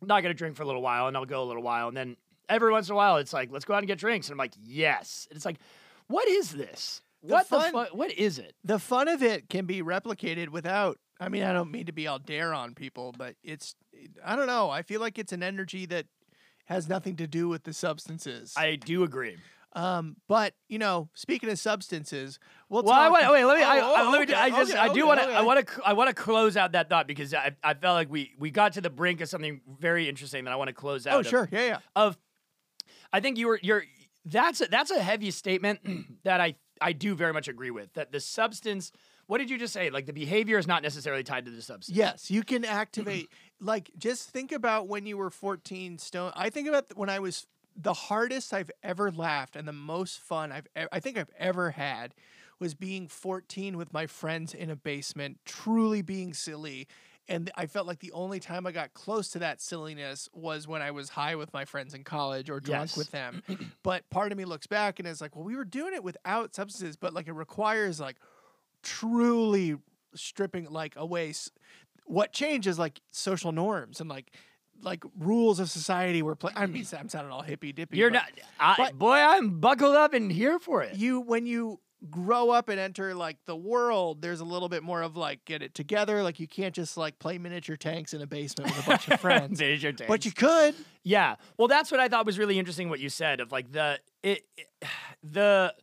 Speaker 6: I'm not gonna drink for a little while, and I'll go a little while, and then every once in a while, it's like, let's go out and get drinks, and I'm like, yes. And it's like, what is this? What the,
Speaker 7: fun-
Speaker 6: fu- What is it?
Speaker 7: the fun of it can be replicated without i mean i don't mean to be all dare on people but it's i don't know i feel like it's an energy that has nothing to do with the substances
Speaker 6: I do agree.
Speaker 7: um but you know speaking of substances we'll,
Speaker 6: Well, I
Speaker 7: talk-
Speaker 6: want, wait, let me. I,
Speaker 7: Oh,
Speaker 6: I-
Speaker 7: oh,
Speaker 6: let me. do-
Speaker 7: okay,
Speaker 6: I just.
Speaker 7: okay,
Speaker 6: I do
Speaker 7: okay,
Speaker 6: want to. I
Speaker 7: okay.
Speaker 6: want to. I want to close out that thought because I, I felt like we we got to the brink of something very interesting that I want to close out.
Speaker 7: oh
Speaker 6: of.
Speaker 7: sure yeah yeah
Speaker 6: Of, I think you were. You're. That's a, that's a heavy statement [clears throat] that I I do very much agree with. That the substance. What did you just say? Like the behavior is not necessarily tied to the substance.
Speaker 7: Yes, you can activate. like, just think about when you were 14 stone. I think about when I was the hardest I've ever laughed and the most fun I've e- I think I've ever had was being 14 with my friends in a basement, truly being silly. And I felt like the only time I got close to that silliness was when I was high with my friends in college or drunk
Speaker 6: Yes.
Speaker 7: with
Speaker 6: [clears throat]
Speaker 7: them. but part of me looks back and is like, well, we were doing it without substances, but like it requires like truly stripping like away s- what changes like social norms and like like rules of society were pla I mean, I'm sounding all hippy dippy.
Speaker 6: You're not. I,
Speaker 7: but-
Speaker 6: boy, I'm buckled up and here for it.
Speaker 7: you when you grow up and enter like the world. There's a little bit more of like get it together. Like you can't just like play miniature tanks in a basement with a bunch
Speaker 6: [laughs]
Speaker 7: of friends,
Speaker 6: There's your
Speaker 7: but
Speaker 6: taste.
Speaker 7: you could.
Speaker 6: Yeah. Well, that's what I thought was really interesting. What you said of like the it, it- the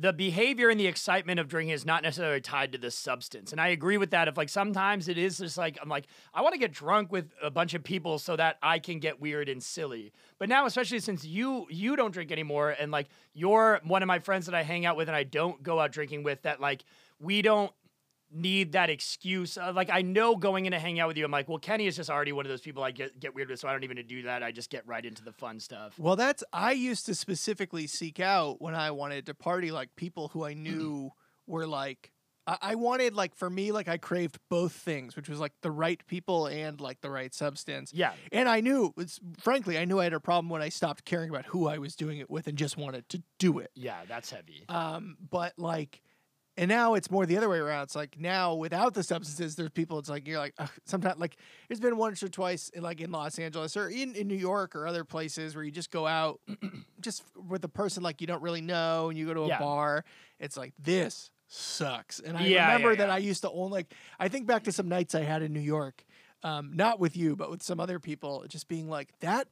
Speaker 6: the behavior and the excitement of drinking is not necessarily tied to the substance, and I agree with that. Of like sometimes it is just like I'm like I want to get drunk with a bunch of people so that I can get weird and silly. But now, especially since you you don't drink anymore, and like you're one of my friends that I hang out with, and I don't go out drinking with. That like we don't need that excuse. Uh, like I know going in to hang out with you, I'm like, well, Kenny is just already one of those people I get get weird with, so I don't even do that. I just get right into the fun stuff.
Speaker 7: Well, that's I used to specifically seek out when I wanted to party, like people who I knew were like I, I wanted like for me, like I craved both things, which was like the right people and like the right substance.
Speaker 6: Yeah.
Speaker 7: And I knew it's frankly, I knew I had a problem when I stopped caring about who I was doing it with and just wanted to do it.
Speaker 6: Yeah, that's heavy.
Speaker 7: Um, but like And now it's more the other way around. It's like now without the substances, there's people. It's like you're like ugh, sometimes like there's been once or twice in, like in Los Angeles or in, in New York or other places where you just go out [clears throat] just with a person like you don't really know and you go to a
Speaker 6: Yeah.
Speaker 7: bar. It's like this sucks. And I
Speaker 6: Yeah, yeah,
Speaker 7: remember that
Speaker 6: yeah.
Speaker 7: I used to own like I think back to some nights I had in New York, um, not with you but with some other people, just being like that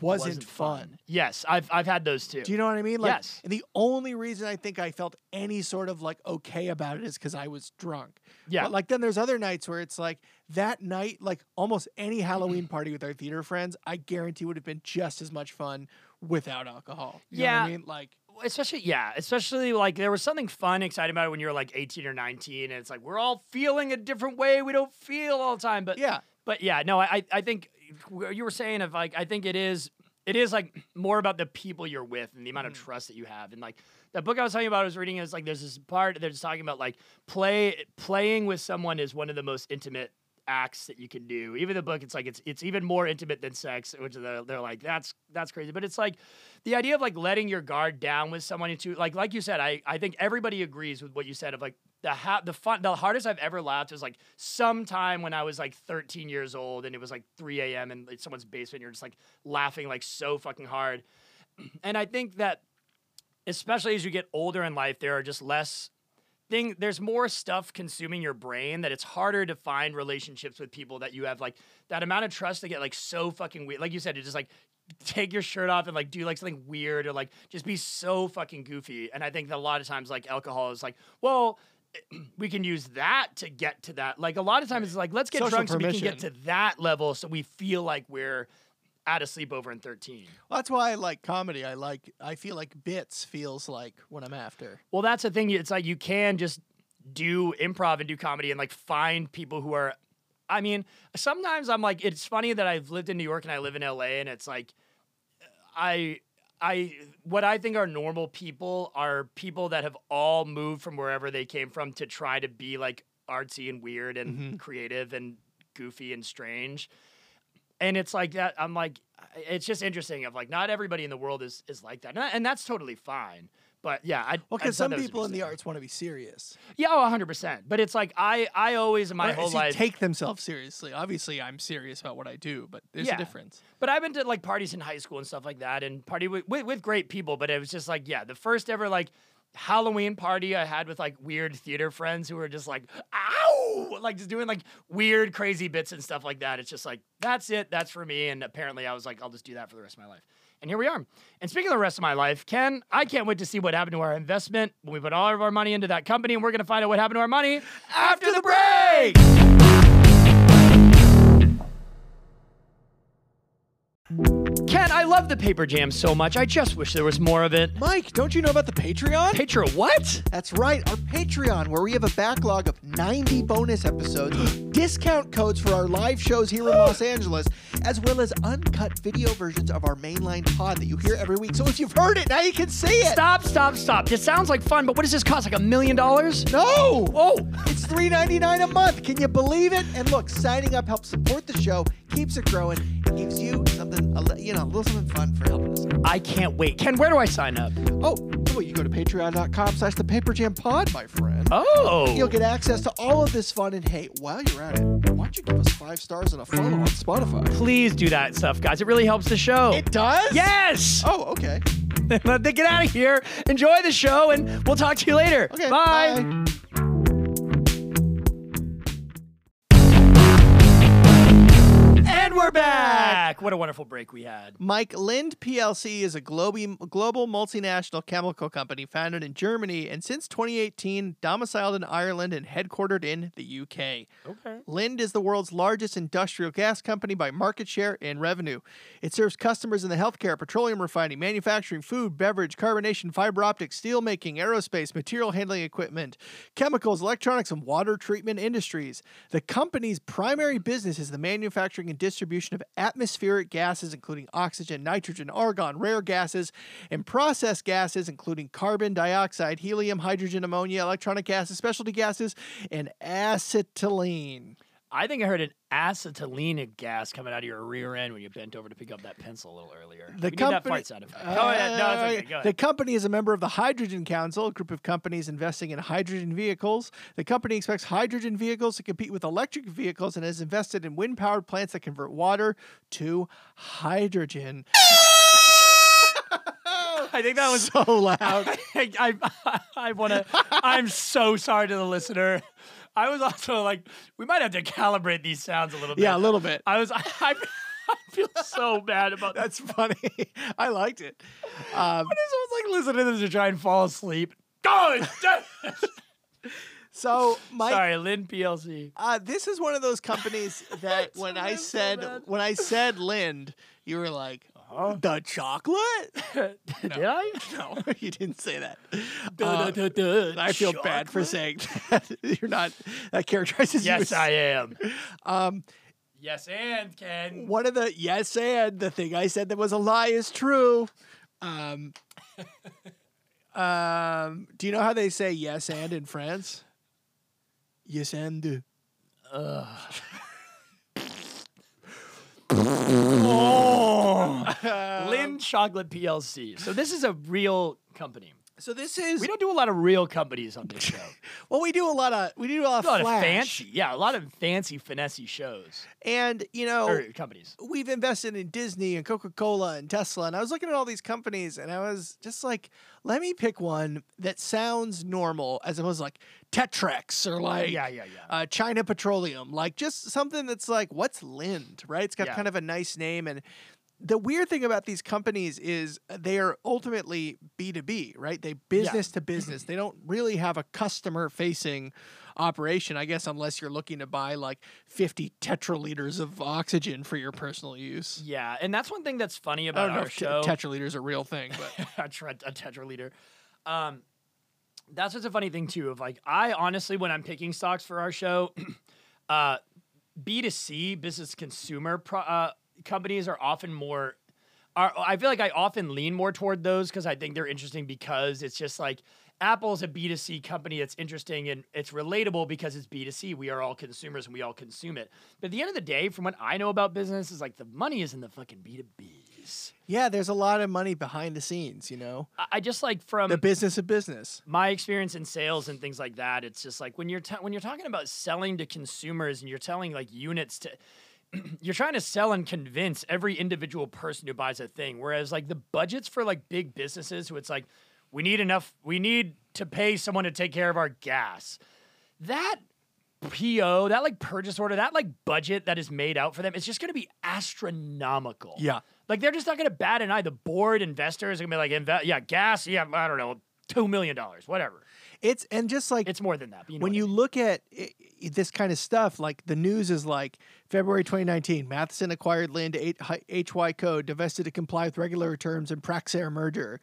Speaker 7: wasn't, fun.
Speaker 6: Yes, I've I've had those too.
Speaker 7: Do you know what I mean? Like,
Speaker 6: Yes.
Speaker 7: The only reason I think I felt any sort of like okay about it is because I was drunk.
Speaker 6: Yeah.
Speaker 7: But like then there's other nights where it's like that night, like almost any Halloween party with our theater friends, I guarantee would have been just as much fun without alcohol. You Know what I
Speaker 6: Yeah.
Speaker 7: mean, like
Speaker 6: especially yeah, especially like there was something fun, exciting about it when you were like 18 or 19, and it's like we're all feeling a different way. We don't feel all the time, but
Speaker 7: yeah,
Speaker 6: but yeah, no, I I- I think what you were saying of like I think it is it is like more about the people you're with and the amount of trust that you have and like that book I was talking about I was reading is like there's this part that's talking about like play playing with someone is one of the most intimate acts that you can do. Even the book it's like it's it's even more intimate than sex, which they're, they're like that's that's crazy. But it's like the idea of like letting your guard down with someone into like like you said I I think everybody agrees with what you said of like the ha- the fun the hardest I've ever laughed was like sometime when I was like 13 years old and it was like 3 a.m. and it's someone's basement and you're just like laughing like so fucking hard. And I think that especially as you get older in life, there are just less thing there's more stuff consuming your brain that it's harder to find relationships with people that you have like that amount of trust to get like so fucking weird like you said to just like take your shirt off and like do like something weird or like just be so fucking goofy and i think that a lot of times like alcohol is like well [clears throat] we can use that to get to that like a lot of times it's like let's get
Speaker 7: Social
Speaker 6: drunk so we can get to
Speaker 7: permission.
Speaker 6: that level so we feel like we're at a sleepover in 13
Speaker 7: well, that's why I like comedy. I like I feel like bits feels like what I'm after.
Speaker 6: Well, that's the thing. It's like you can just do improv and do comedy and like find people who are. I mean, sometimes I'm like, it's funny that I've lived in New York and I live in LA, and it's like, I. I what I think are normal people are people that have all moved from wherever they came from to try to be like artsy and weird and
Speaker 7: Mm-hmm.
Speaker 6: creative and goofy and strange. And it's like that I'm like it's just interesting of like not everybody in the world is is like that. And, that- and that's totally fine. But yeah, I
Speaker 7: Well,
Speaker 6: I
Speaker 7: because
Speaker 6: thought
Speaker 7: some
Speaker 6: that was
Speaker 7: people in the
Speaker 6: interesting.
Speaker 7: arts want to be serious.
Speaker 6: Yeah, oh, 100%. But it's like I I always in my
Speaker 7: Right,
Speaker 6: whole
Speaker 7: see,
Speaker 6: life
Speaker 7: take themselves seriously. Obviously, I'm serious about what I do, but there's
Speaker 6: Yeah.
Speaker 7: a difference.
Speaker 6: But I've been to like parties in high school and stuff like that, and party with, with with great people. But it was just like, yeah, the first ever like Halloween party I had with like weird theater friends who were just like, ow, like just doing like weird, crazy bits and stuff like that. It's just like that's it, that's for me. And apparently, I was like, I'll just do that for the rest of my life. And here we are. And speaking of the rest of my life, Ken, I can't wait to see what happened to our investment when we put all of our money into that company, and we're gonna find out what happened to our money after the break. Ken, I love the paper jam so much. I just wish there was more of it.
Speaker 7: Mike, don't you know about the Patreon?
Speaker 6: Picture what?
Speaker 1: That's right, our Patreon, where we have a backlog of 90 bonus episodes, discount codes for our live shows here in Los Angeles, as well as uncut video versions of our mainline pod that you hear every week. So if you've heard it, now you can see it.
Speaker 6: Stop, stop, stop. This sounds like fun, but what does this cost? Like a million dollars?
Speaker 1: No!
Speaker 6: Oh,
Speaker 1: It's $3.99 a month. Can you believe it? And look, signing up helps support the show, keeps it growing, and gives you something, a li- you know, a little something fun for helping us. out.
Speaker 6: I can't wait. Ken, where do I sign up?
Speaker 1: Oh, well, you go to patreon.com slash the paper jam pod, my friend.
Speaker 6: Oh.
Speaker 1: You'll get access to all of this fun and hey, while you're at it, why don't you give us five stars and a follow on Spotify?
Speaker 6: Please do that stuff, guys. It really helps the show.
Speaker 1: It does?
Speaker 6: yes! [laughs]
Speaker 1: Oh, okay.
Speaker 6: Let them get out of here. Enjoy the show, and we'll talk to you later.
Speaker 1: Okay.
Speaker 6: bye.
Speaker 1: bye.
Speaker 6: And we're back. What a wonderful break we had.
Speaker 7: Mike Lind PLC is a global, global multinational chemical company founded in Germany and since 2018 domiciled in Ireland and headquartered in the UK. Okay. Lind is the world's largest industrial gas company by market share and revenue. It serves customers in the healthcare, petroleum refining, manufacturing, food, beverage, carbonation, fiber optics, steel making, aerospace, material handling equipment, chemicals, electronics, and water treatment industries. The company's primary business is the manufacturing and distribution of atmospheric gases, including oxygen, nitrogen, argon, rare gases, and process gases, including carbon dioxide, helium, hydrogen, ammonia, electronic gases, specialty gases, and acetylene.
Speaker 6: I think I heard an acetylene gas coming out of your rear end when you bent over to pick up that pencil a little earlier.
Speaker 7: The
Speaker 6: we need that
Speaker 7: company, Uh,
Speaker 6: fart sound effect. Go ahead. No, it's okay. Go
Speaker 7: The
Speaker 6: ahead.
Speaker 7: company is a member of the Hydrogen Council, a group of companies investing in hydrogen vehicles. The company expects hydrogen vehicles to compete with electric vehicles and has invested in wind powered plants that convert water to hydrogen. [laughs]
Speaker 6: [laughs] I think that was
Speaker 7: So loud.
Speaker 6: I I, I want to. I'm so sorry to the listener. I was also like, we might have to calibrate these sounds a little bit.
Speaker 7: yeah, a little bit. [laughs]
Speaker 6: I was. [laughs] I, I feel so bad about that.
Speaker 7: That's funny. I liked it.
Speaker 6: I was
Speaker 7: Um,
Speaker 6: like listening to this to try and fall asleep. Oh, it's [laughs] dead.
Speaker 7: so, Mike,
Speaker 6: sorry, Lynn PLC.
Speaker 7: Uh, this is one of
Speaker 6: [laughs]
Speaker 7: those companies that when I
Speaker 6: I'm so
Speaker 7: said
Speaker 6: mad.
Speaker 7: when I said Lind, you were like,
Speaker 6: Uh-huh.
Speaker 7: the chocolate?
Speaker 6: Did I?
Speaker 7: No, [laughs] you didn't say that.
Speaker 6: Duh,
Speaker 7: Uh,
Speaker 6: duh, duh, duh.
Speaker 7: I feel bad for
Speaker 6: Chocolate?
Speaker 7: saying that. [laughs] You're not that characterizes you.
Speaker 6: Yes,
Speaker 7: as-
Speaker 6: I am.
Speaker 7: Um,
Speaker 6: Yes, and Ken.
Speaker 7: one of the yes and the thing I said that was a lie is true. Um, um, do you know how they say yes and in France? Yes and. Um,
Speaker 6: Lynn Chocolate PLC. So this is a real company.
Speaker 7: So this is
Speaker 6: We don't do a lot of real companies on
Speaker 7: [laughs]
Speaker 6: this show.
Speaker 7: well, we do a lot of we do a lot
Speaker 6: A lot
Speaker 7: of flash.
Speaker 6: of fancy, yeah, a lot of fancy, finessey shows
Speaker 7: And you know,
Speaker 6: or companies.
Speaker 7: we've invested in Disney and Coca Cola and Tesla. And I was looking at all these companies and I was just like, let me pick one that sounds normal as opposed to like Tetrex or like
Speaker 6: yeah, yeah, yeah.
Speaker 7: Uh, China Petroleum, like just something that's like, what's Lind, right? It's got
Speaker 6: Yeah.
Speaker 7: kind of a nice name. And the weird thing about these companies is they are ultimately B2B, right? They business
Speaker 6: Mm-hmm.
Speaker 7: to business. They don't really have a customer facing operation, I guess, unless you're looking to buy like 50 tetraliters of oxygen for your personal use.
Speaker 6: Yeah, and that's one thing that's funny
Speaker 7: I
Speaker 6: about
Speaker 7: don't know
Speaker 6: our
Speaker 7: if te-
Speaker 6: show.
Speaker 7: tetraliters are a real thing,
Speaker 6: [laughs]
Speaker 7: but [laughs]
Speaker 6: a, tre- a tetraleader. Um, that's what's a funny thing too. Of like, I honestly, when I'm picking stocks for our show, [clears throat] uh, B two C business consumer pro- uh, companies are often more. Are I feel like I often lean more toward those because I think they're interesting because it's just like Apple's a B two C company that's interesting and it's relatable because it's B two C. We are all consumers and we all consume it. But at the end of the day, from what I know about business, is like the money is in the fucking B two Bs.
Speaker 7: yeah, there's a lot of money behind the scenes, you know?
Speaker 6: I I just like from
Speaker 7: The business of business.
Speaker 6: my experience in sales and things like that it's just like when you're ta- when you're talking about selling to consumers and you're telling like units to [clears throat] you're trying to sell and convince every individual person who buys a thing whereas like the budgets for like big businesses who it's like we need enough we need to pay someone to take care of our gas that PO, that like purchase order, that like budget that is made out for them, it's just going to be astronomical.
Speaker 7: Yeah.
Speaker 6: Like they're just not going to bat an eye. The board investors are going to be like, invest, yeah, gas, yeah, I don't know, $2 million, whatever.
Speaker 7: It's, and just like,
Speaker 6: It's more than that. but You know
Speaker 7: when
Speaker 6: what I
Speaker 7: you
Speaker 6: mean.
Speaker 7: look at i i- this kind of stuff, like the news is like February 2019, Matheson acquired Lind H- HY Code, divested to comply with regulatory terms in Praxair merger.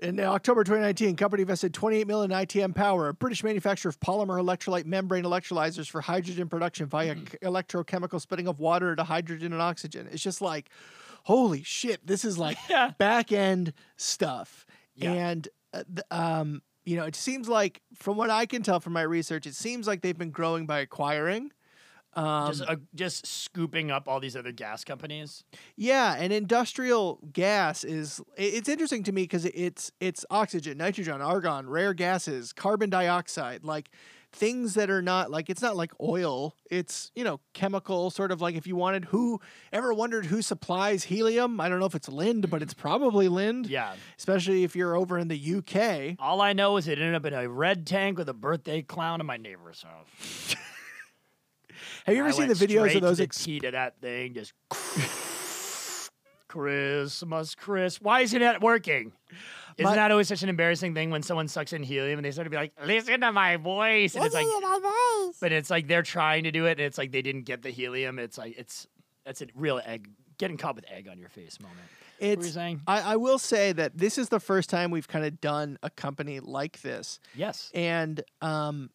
Speaker 7: In October 2019, company invested 28 million in ITM Power, a British manufacturer of polymer electrolyte membrane electrolyzers for hydrogen production via
Speaker 6: Mm-hmm.
Speaker 7: c- electrochemical splitting of water into hydrogen and oxygen. It's just like, holy shit, this is
Speaker 6: [laughs]
Speaker 7: like back end stuff.
Speaker 6: Yeah.
Speaker 7: And uh, th- um, you know, it seems like from what I can tell from my research, it seems like they've been growing by acquiring.
Speaker 6: just,
Speaker 7: um,
Speaker 6: uh, just scooping up all these other gas companies.
Speaker 7: Yeah, and industrial gas is i- it's interesting to me because it's it's oxygen, nitrogen, argon, rare gases, carbon dioxide, like things that are not like it's not like oil. It's, you know, chemical sort of like if you wanted who ever wondered who supplies helium? I don't know if it's Lind, but it's probably Lind.
Speaker 6: Mm-hmm. Yeah.
Speaker 7: Especially if you're over in the UK.
Speaker 6: All I know is it ended up in a red tank with a birthday clown in my neighbor's house.
Speaker 7: Have you ever
Speaker 6: I
Speaker 7: seen the
Speaker 6: went
Speaker 7: videos
Speaker 6: straight
Speaker 7: of those
Speaker 6: to the
Speaker 7: ex-
Speaker 6: key to that thing? Just Christmas, Chris. Why isn't it working? Isn't
Speaker 7: My-
Speaker 6: that always such an embarrassing thing when someone sucks in helium and they start to be like, "Listen to my voice," and it's like, but it's like they're trying to do it and it's like they didn't get the helium. It's like it's that's a real egg getting caught with egg on your face moment.
Speaker 7: It's
Speaker 6: What were you saying?
Speaker 7: I, I will say that this is the first time we've kind of done a company like this,
Speaker 6: Yes,
Speaker 7: and um,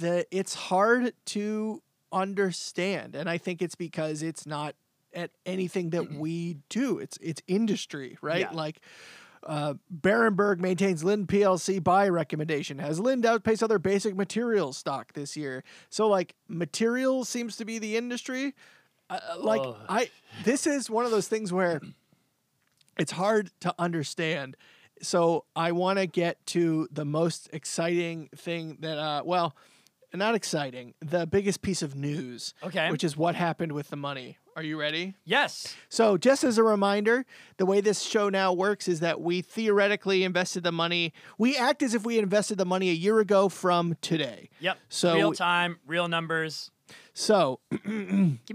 Speaker 7: the it's hard to understand, and I think it's because it's not at anything that we do. It's it's industry, right?
Speaker 6: Yeah.
Speaker 7: Like Uh, Berenberg maintains Lynn PLC buy recommendation. Has Lynn outpaced other basic materials stock this year? So like materials seems to be the industry. Uh, like I, this is one of those things where it's hard to understand. So I want to get to the most exciting thing that, uh, well, not exciting, the biggest piece of news.
Speaker 6: Okay.
Speaker 7: Which is what happened with the money. Are you ready?
Speaker 6: Yes.
Speaker 7: So, just as a reminder, the way this show now works is that we theoretically invested the money. We act as if we invested the money a year ago from today.
Speaker 6: Yep.
Speaker 7: So-
Speaker 6: real time, real numbers.
Speaker 7: So,
Speaker 6: Give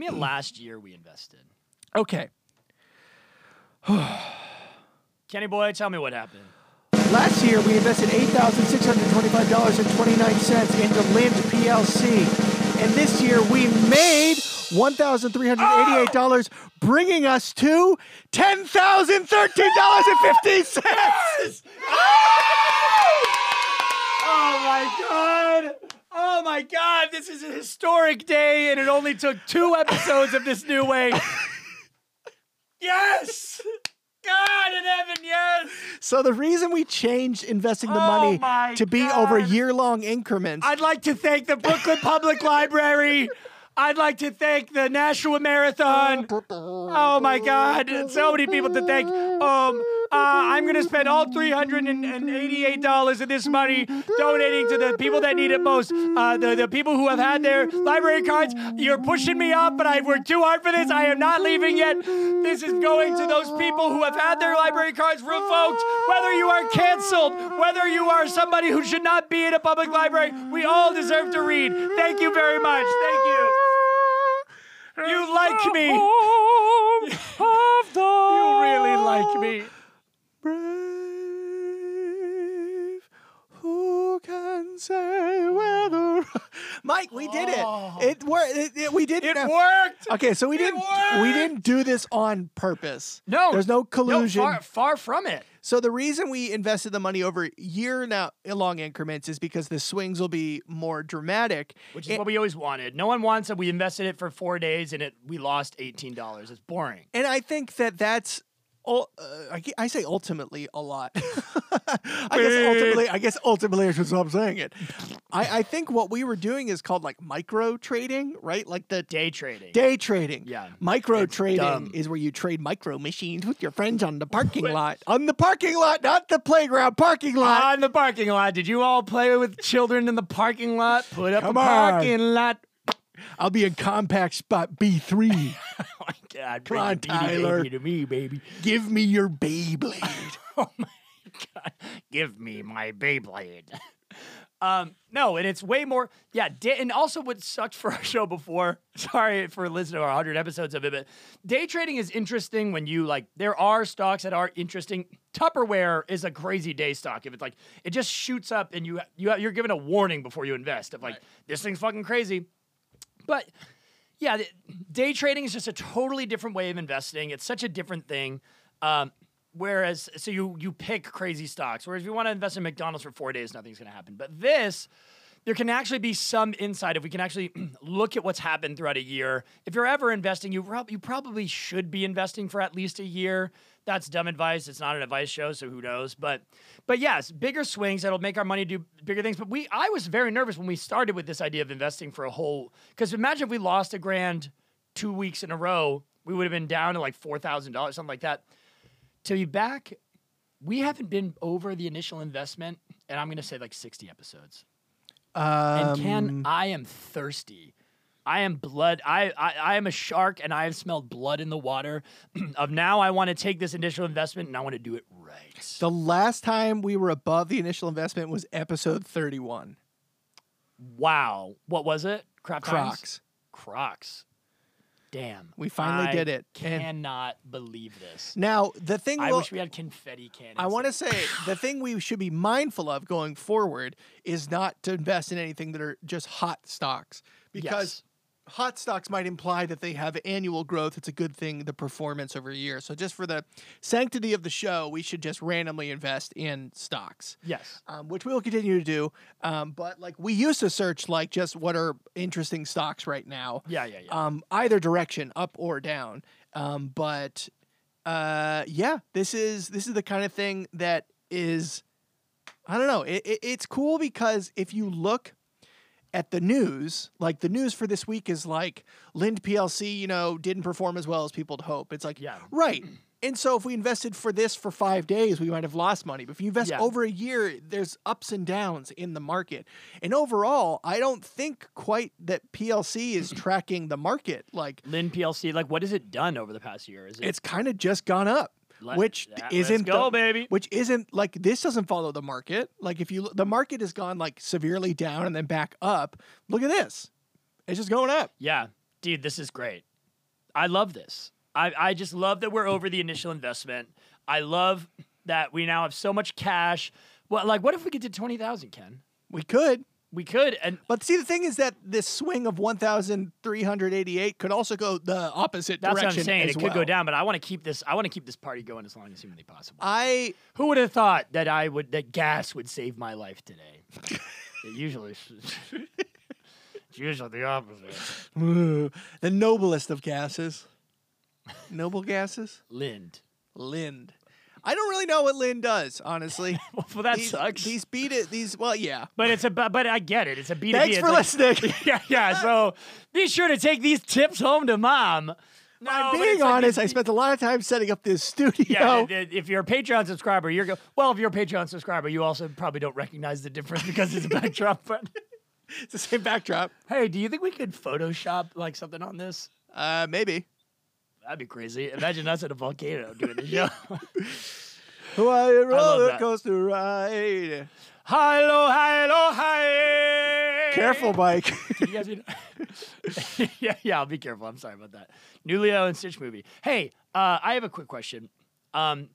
Speaker 6: me a last year we invested.
Speaker 7: okay.
Speaker 6: Kenny boy, tell me what happened.
Speaker 7: Last year, we invested $8,625.29 into Lind PLC. And this year, we made $1,388, bringing us to $10,013.50.
Speaker 6: Oh my god. Oh my god, this is a historic day and it only took two episodes of this new way. yes. God in heaven, yes.
Speaker 7: So the reason we changed investing the
Speaker 6: Oh my
Speaker 7: money to be over
Speaker 6: God.
Speaker 7: year-long increments.
Speaker 6: I'd like to thank the Brooklyn Public Library. I'd like to thank the Nashua Marathon. Oh my God, so many people to thank. Um, uh, I'm gonna spend all three hundred and eighty-eight dollars of this money donating to the people that need it most. Uh, the the people who have had their library cards. You're pushing me up, but I've worked too hard for this. I am not leaving yet. This is going to those people who have had their library cards revoked. Whether you are canceled, whether you are somebody who should not be in a public library, we all deserve to read. Thank you very much. Thank you. You like me. [laughs] you really like me.
Speaker 7: brave. Who can say whether? [laughs] Mike, we did it. It worked. It, it- we did
Speaker 6: Oh. It
Speaker 7: uh,
Speaker 6: worked.
Speaker 7: Okay, so we didn't we didn't do this on purpose.
Speaker 6: No,
Speaker 7: there's no collusion.
Speaker 6: far, far from it.
Speaker 7: So the reason we invested the money over year now long increments is because the swings will be more dramatic.
Speaker 6: Which is what we always wanted. No one wants it. We invested it for four days and it we lost eighteen dollars. It's boring.
Speaker 7: and I think that that's ul- uh, I, ge- I say ultimately a lot. [laughs] I guess ultimately, I guess ultimately, I should stop saying it. I, I think what we were doing is called like micro trading, right? Like the
Speaker 6: Day trading.
Speaker 7: day trading.
Speaker 6: Yeah,
Speaker 7: micro trading
Speaker 6: dumb.
Speaker 7: is where you trade micro machines with your friends on the parking lot. On the parking lot, not the playground. Parking lot.
Speaker 6: On the parking lot. Did you all play with children in the parking lot? Put up
Speaker 7: Come
Speaker 6: a
Speaker 7: on.
Speaker 6: parking lot. [laughs]
Speaker 7: I'll be in compact spot B three.
Speaker 6: Oh my God.
Speaker 7: Come
Speaker 6: bring
Speaker 7: on,
Speaker 6: the beauty
Speaker 7: Tyler.
Speaker 6: baby to me, baby.
Speaker 7: Give me
Speaker 6: [laughs]
Speaker 7: your Beyblade.
Speaker 6: Oh give me my Beyblade. [laughs] um, no, and it's way more. Yeah, da- and also what sucked for our [laughs] show before. Sorry for listening to our hundred episodes of it, but day trading is interesting when you like. There are stocks that are interesting. Tupperware is a crazy day stock. If it's like it just shoots up, and you you you're given a warning before you invest of like this thing's fucking crazy, but. Yeah, th- day trading is just a totally different way of investing. It's such a different thing. Um, whereas, so you you pick crazy stocks. Whereas, if you want to invest in McDonald's for four days, nothing's going to happen. But this, there can actually be some insight if we can actually [clears throat] look at what's happened throughout a year. If you're ever investing, you prob- you probably should be investing for at least a year. That's dumb advice. It's not an advice show, so who knows? But but yes, bigger swings that'll make our money do bigger things. But we I was very nervous when we started with this idea of investing for a whole because imagine if we lost a grand two weeks in a row, we would have been down to like four thousand dollars, something like that. To be back, we haven't been over the initial investment, and I'm gonna say like sixty episodes. And Ken, I am thirsty. I am blood. I, I I am a shark, and I have smelled blood in the water. [clears throat] of now, I want to take this initial investment, and I want to do it right.
Speaker 7: The last time we were above the initial investment was episode 31.
Speaker 6: Wow, what was it? Crap times?
Speaker 7: Crocs.
Speaker 6: Crocs. Damn,
Speaker 7: We finally
Speaker 6: I
Speaker 7: did it, and-
Speaker 6: Cannot believe this.
Speaker 7: Now, the thing
Speaker 6: I
Speaker 7: we'll-
Speaker 6: wish we had confetti cannons.
Speaker 7: I want to say
Speaker 6: [sighs]
Speaker 7: the thing we should be mindful of going forward is not to invest in anything that are just hot stocks because hot stocks might imply that they have annual growth. It's a good thing, the performance over a year. So, just for the sanctity of the show, we should just randomly invest in stocks.
Speaker 6: yes.
Speaker 7: Um, which we will continue to do, um, but like we used to search like just what are interesting stocks right now,
Speaker 6: Yeah, yeah, yeah.
Speaker 7: um, either direction, up or down. Um, but uh, yeah, this is this is the kind of thing that is, I don't know. It, it, it's cool because if you look at the news, like the news for this week is like Lind PLC, you know, didn't perform as well as people would hope. It's like,
Speaker 6: Yeah.
Speaker 7: right. And so if we invested for this for five days, we might have lost money. But if you invest
Speaker 6: Yeah.
Speaker 7: over a year, there's ups and downs in the market. And overall, I don't think quite that PLC is tracking the market. Like
Speaker 6: Lynn PLC, like what has it done over the past year? Is it
Speaker 7: it's kind of just gone up,
Speaker 6: Let-
Speaker 7: which
Speaker 6: yeah, let's
Speaker 7: isn't
Speaker 6: go,
Speaker 7: the-
Speaker 6: baby.
Speaker 7: Which isn't like this doesn't follow the market. Like if you look- the market has gone like severely down and then back up. Look at this, it's just going up.
Speaker 6: Yeah, dude, this is great. I love this. I, I just love that we're over the initial investment. I love that we now have so much cash. Well, like, what if we get to twenty thousand, Ken?
Speaker 7: We could,
Speaker 6: We could, and
Speaker 7: but see the thing is that this swing of one thousand three hundred eighty-eight could also go the opposite
Speaker 6: that's what
Speaker 7: direction.
Speaker 6: I'm saying.
Speaker 7: as
Speaker 6: It could
Speaker 7: well.
Speaker 6: go down, but I want to keep this. I want to keep this party going as long as humanly possible.
Speaker 7: I [sighs]
Speaker 6: Who would have thought that I would that gas would save my life
Speaker 7: [laughs]
Speaker 6: today? it usually, it's usually the opposite.
Speaker 7: the noblest of gases, noble gases,
Speaker 6: Lind.
Speaker 7: Lind. I don't really know what Lind does, honestly.
Speaker 6: [laughs] Well, that
Speaker 7: these,
Speaker 6: sucks.
Speaker 7: These beat it. These well, yeah.
Speaker 6: but it's a bu- but I get it. It's a B2B.
Speaker 7: Thanks
Speaker 6: It's
Speaker 7: for
Speaker 6: like-
Speaker 7: listening.
Speaker 6: [laughs] yeah, yeah. So be sure to take these tips home to mom. No,
Speaker 7: I'm
Speaker 6: but
Speaker 7: [laughs] being
Speaker 6: it's like
Speaker 7: honest,
Speaker 6: these-
Speaker 7: I spent a lot of time setting up this studio.
Speaker 6: Yeah, th- th- if you're a Patreon subscriber, you're go- well. If you're a Patreon subscriber, you also probably don't recognize the difference because it's a
Speaker 7: [laughs]
Speaker 6: backdrop. But
Speaker 7: [laughs] it's the same backdrop.
Speaker 6: hey, do you think we could Photoshop like something on this?
Speaker 7: Uh, maybe.
Speaker 6: That'd be crazy. Imagine us at a volcano doing
Speaker 7: [laughs]
Speaker 6: the show.
Speaker 7: [laughs] Why a
Speaker 6: love
Speaker 7: roller
Speaker 6: that.
Speaker 7: coaster ride?
Speaker 6: hi lo, hi lo, hi.
Speaker 7: Careful, Mike.
Speaker 6: You guys need- [laughs] yeah, yeah, I'll be careful. I'm sorry about that. New Leo and Stitch movie. Hey, uh, I have a quick question. Um,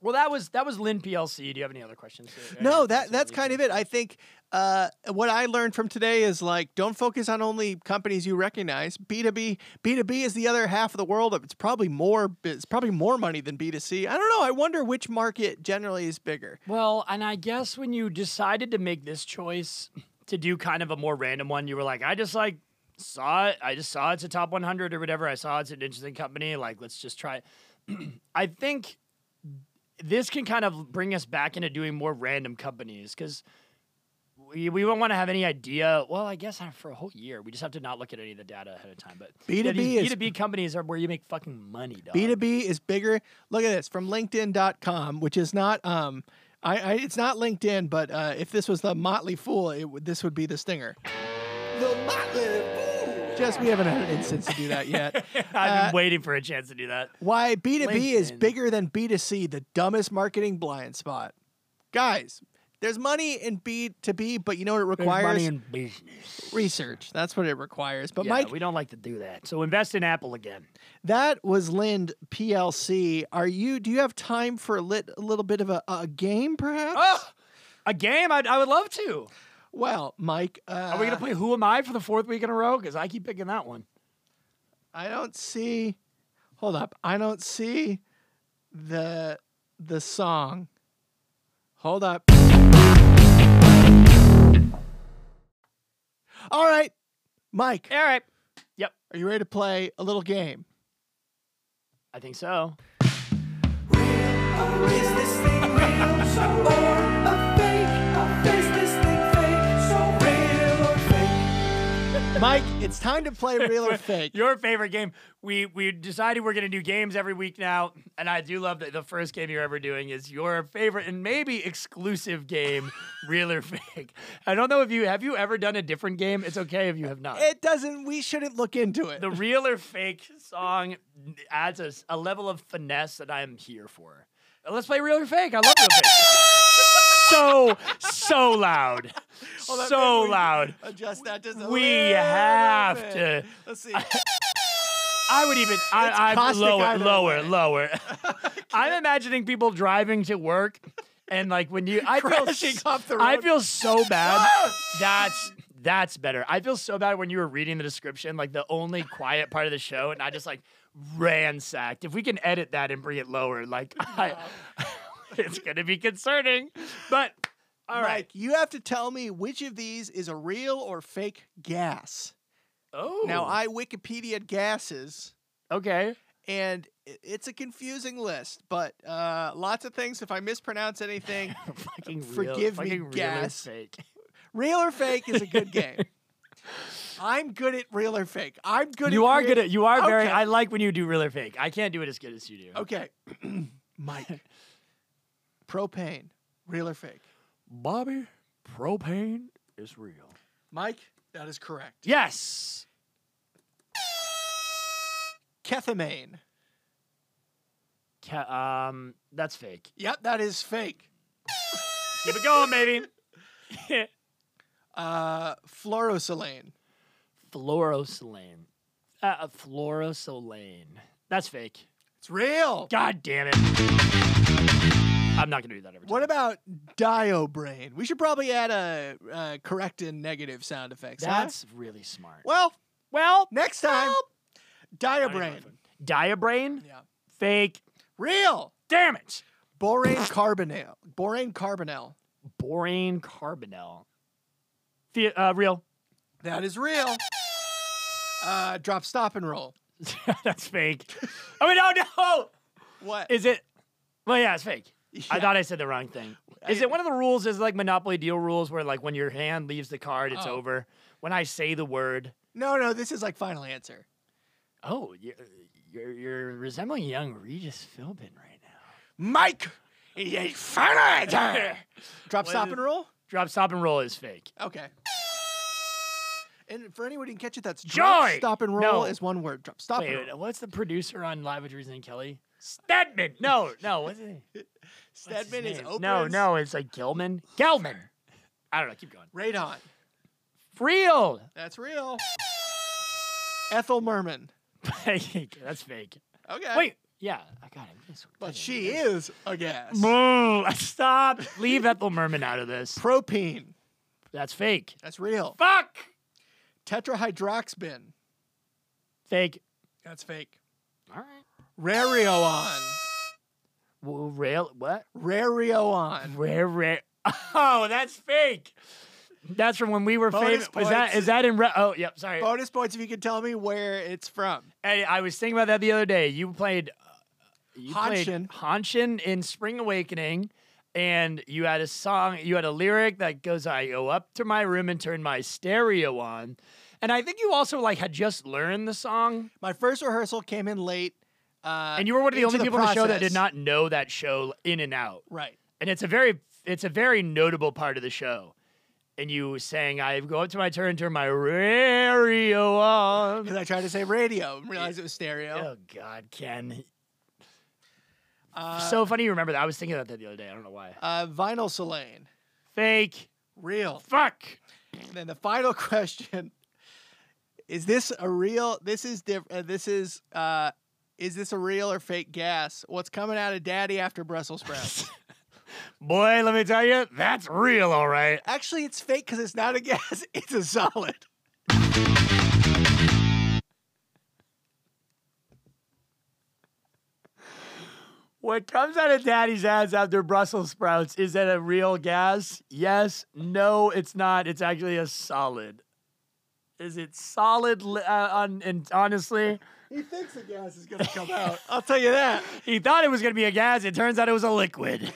Speaker 6: well, that was that was Lynn PLC. Do you have any other questions?
Speaker 7: no, that that's kind of it. I think uh, what I learned from today is like don't focus on only companies you recognize. B two B, B two B is the other half of the world. It's probably more. It's probably more money than B two C. I don't know. I wonder which market generally is bigger.
Speaker 6: Well, and I guess when you decided to make this choice to do kind of a more random one, you were like, I just like saw it. I just saw it's a top 100 or whatever. I saw it's an interesting company. Like, let's just try. it." [clears throat] I think this can kind of bring us back into doing more random companies because we, we won't want to have any idea. Well, I guess uh, for a whole year, we just have to not look at any of the data ahead of time. But yeah,
Speaker 7: B2B is-
Speaker 6: these B2B companies are where you make fucking money, dog.
Speaker 7: B2B is bigger. Look at this from LinkedIn.com, which is not um I, I it's not LinkedIn, but uh, if this was the Motley Fool, it would this would be the stinger.
Speaker 1: The Motley Fool.
Speaker 7: Just we haven't had an instance to do that yet.
Speaker 6: I've been
Speaker 7: uh,
Speaker 6: waiting for a chance to do that.
Speaker 7: Why B2B is
Speaker 6: LinkedIn.
Speaker 7: bigger than B2C, the dumbest marketing blind spot. Guys, there's money in B2B, but you know what it requires?
Speaker 6: in business.
Speaker 7: Research. That's what it requires. But
Speaker 6: Yeah,
Speaker 7: Mike,
Speaker 6: we don't like to do that. So invest in Apple again.
Speaker 7: that was Lind PLC. Are you do you have time for a, lit, a little bit of a, a game perhaps?
Speaker 6: Oh. A game? I'd, I would love to.
Speaker 7: Well, Mike, uh,
Speaker 6: Are we going to play Who Am I for the fourth week in a row? Because I keep picking that one.
Speaker 7: I don't see. Hold up, I don't see the the song. Hold up. All right, Mike,
Speaker 6: All right.
Speaker 7: are you ready to play a little game?
Speaker 6: I think so.
Speaker 7: Mike, it's time to play real [laughs] or fake.
Speaker 6: Your favorite game. We we decided we're going to do games every week now, and I do love that the first game you're ever doing is your favorite and maybe exclusive game, [laughs] real or fake. I don't know if you have you ever done a different game. It's okay if you have not.
Speaker 7: It doesn't. We shouldn't look into it.
Speaker 6: the real or fake song adds a, s- a level of finesse that I am here for. Uh, Let's play real or fake. I love real or
Speaker 7: [laughs]
Speaker 6: fake. So so loud,
Speaker 7: that
Speaker 6: so
Speaker 7: meant we-
Speaker 6: loud.
Speaker 7: Adjust that just a
Speaker 6: we
Speaker 7: little
Speaker 6: have
Speaker 7: bit.
Speaker 6: to-
Speaker 7: Let's [laughs] see.
Speaker 6: I would even I, I'm
Speaker 7: caustic
Speaker 6: lower,
Speaker 7: either
Speaker 6: lower,
Speaker 7: way. [laughs]
Speaker 6: lower. [laughs] I'm imagining people driving to work and like when you I feel s-
Speaker 7: Crashing off the
Speaker 6: I
Speaker 7: road.
Speaker 6: feel so
Speaker 7: [laughs]
Speaker 6: bad. That's that's better. I feel so bad when you were reading the description, like the only quiet part of the show, and I just like ransacked. If we can edit that and bring it lower, like [laughs] I, it's gonna be concerning. But all
Speaker 7: Mike,
Speaker 6: right.
Speaker 7: you have to tell me which of these is a real or fake gas.
Speaker 6: Oh,
Speaker 7: Now I Wikipedia gases,
Speaker 6: okay. [laughs]
Speaker 1: and i- it's a confusing list, but uh, lots of things. If I
Speaker 7: [laughs]
Speaker 1: mispronounce anything,
Speaker 6: fucking real-
Speaker 1: forgive me,
Speaker 6: fucking real or
Speaker 1: gas.
Speaker 6: fake.
Speaker 1: real or fake is a good game. I'm good at real or fake.
Speaker 7: [laughs]
Speaker 1: I'm good.
Speaker 6: You
Speaker 1: at
Speaker 6: are
Speaker 1: creat-
Speaker 6: good at. You are very.
Speaker 1: Okay.
Speaker 6: I like when you do real or fake. I can't do it as good as you do.
Speaker 7: [clears throat]
Speaker 1: Okay, Mike.
Speaker 7: [laughs]
Speaker 1: Propane, real or fake?
Speaker 6: Bobby, propane is real.
Speaker 1: Mike, that is correct.
Speaker 6: Yes.
Speaker 1: Kethamine.
Speaker 6: Ca- um, that's fake.
Speaker 1: Yep, that is fake.
Speaker 6: Keep it going, baby.
Speaker 1: Uh, fluorosilane.
Speaker 6: [laughs] Fluorosilane. Uh, fluorosilane. That's fake.
Speaker 1: It's real.
Speaker 6: God damn it. I'm not gonna do that every time.
Speaker 1: What about diobrain? We should probably add a, uh correct and negative sound effects. huh?
Speaker 6: That's really smart.
Speaker 1: well.
Speaker 6: Well,
Speaker 1: Next time, diobrain.
Speaker 6: Diabrain.
Speaker 1: Yeah.
Speaker 6: Fake.
Speaker 1: Real
Speaker 6: Damn it.
Speaker 1: borane carbonyl. Borane carbonyl.
Speaker 6: Borane carbonyl. The, uh, real.
Speaker 1: That is real. Uh, drop, stop, and roll.
Speaker 6: [laughs] That's fake. I mean, oh no!
Speaker 1: What?
Speaker 6: Is it? Well, yeah, it's fake. I
Speaker 1: Yeah.
Speaker 6: thought I said the wrong thing. Is it one of the rules? Is like Monopoly deal rules where like when your hand leaves the card, it's
Speaker 1: Oh.
Speaker 6: over. When I say the word,
Speaker 1: no, no. This is like final answer.
Speaker 6: oh, you're you're, you're resembling young Regis Philbin right now.
Speaker 1: Mike. Yay, final answer. drop, stop,
Speaker 6: is-
Speaker 1: and roll.
Speaker 6: [laughs] Drop, stop, and roll is fake.
Speaker 1: Okay. And for anyone who didn't catch it, that's
Speaker 6: Joy!
Speaker 1: Drop, stop, and roll
Speaker 6: No.
Speaker 1: is one word. Drop, stop, and
Speaker 6: Wait,
Speaker 1: roll.
Speaker 6: what's the producer on Live with Reason and Kelly? Stedman. No, no. What's his name? What's his
Speaker 1: Stedman is
Speaker 6: name?
Speaker 1: open.
Speaker 6: No, no. It's like Gelman. Gelman. I don't know. Keep going.
Speaker 1: Radon.
Speaker 6: Real.
Speaker 1: That's real. Ethel Merman.
Speaker 6: Fake. [laughs] That's fake.
Speaker 1: Okay.
Speaker 6: Wait. Yeah, I got it. Yes, I
Speaker 1: But
Speaker 6: got it.
Speaker 1: she is a gas.
Speaker 6: Boo! [laughs] Stop! Leave Ethel Merman out of this.
Speaker 1: Propene.
Speaker 6: That's fake.
Speaker 1: That's real.
Speaker 6: Fuck!
Speaker 1: Tetrahydroxbin.
Speaker 6: Fake.
Speaker 1: That's fake.
Speaker 6: All right.
Speaker 1: Rarioon.
Speaker 6: Well, rail. What?
Speaker 1: Rarioon.
Speaker 6: Rare, rare. [laughs] Oh, that's fake. That's from when we were
Speaker 1: Bonus
Speaker 6: famous. Was that?
Speaker 1: points.
Speaker 6: Is that in? Re- oh, yep. Sorry.
Speaker 1: Bonus points if you can tell me where it's from.
Speaker 6: Hey, I was thinking about that the other day. You played. Uh, you played
Speaker 1: Honshin.
Speaker 6: Honshin in Spring Awakening, and you had a song. You had a lyric that goes, "I go up to my room and turn my stereo on," and I think you also like had just learned the song.
Speaker 1: My first rehearsal came in late. Uh,
Speaker 6: and you were one of the
Speaker 1: into
Speaker 6: only people on the show that
Speaker 1: process.
Speaker 6: did not know that show in and out
Speaker 1: Right.
Speaker 6: and it's a very it's a very notable part of the show and you sang i go up to my turn turn my radio on
Speaker 1: Because I tried to say radio and realized it was stereo.
Speaker 6: oh god ken
Speaker 1: Uh,
Speaker 6: so funny you remember that i was thinking about that the other day i don't know why
Speaker 1: uh, vinyl Solane.
Speaker 6: fake
Speaker 1: Real.
Speaker 6: fuck
Speaker 1: And then the final [laughs] question is this a real this is different uh, this is uh is this a real [laughs] or fake gas what's coming out of daddy after brussels sprouts
Speaker 6: boy let me tell you that's real all right
Speaker 1: actually it's fake because it's not a gas [laughs] it's a solid
Speaker 6: what comes out of daddy's ass after brussels sprouts is that a real gas yes no it's not it's actually a solid is it solid li- uh, on, and honestly
Speaker 1: he thinks the gas is gonna come
Speaker 6: [laughs]
Speaker 1: out i'll tell you that
Speaker 6: He thought it was going to be a gas. It turns out it was a
Speaker 1: [laughs]
Speaker 6: liquid.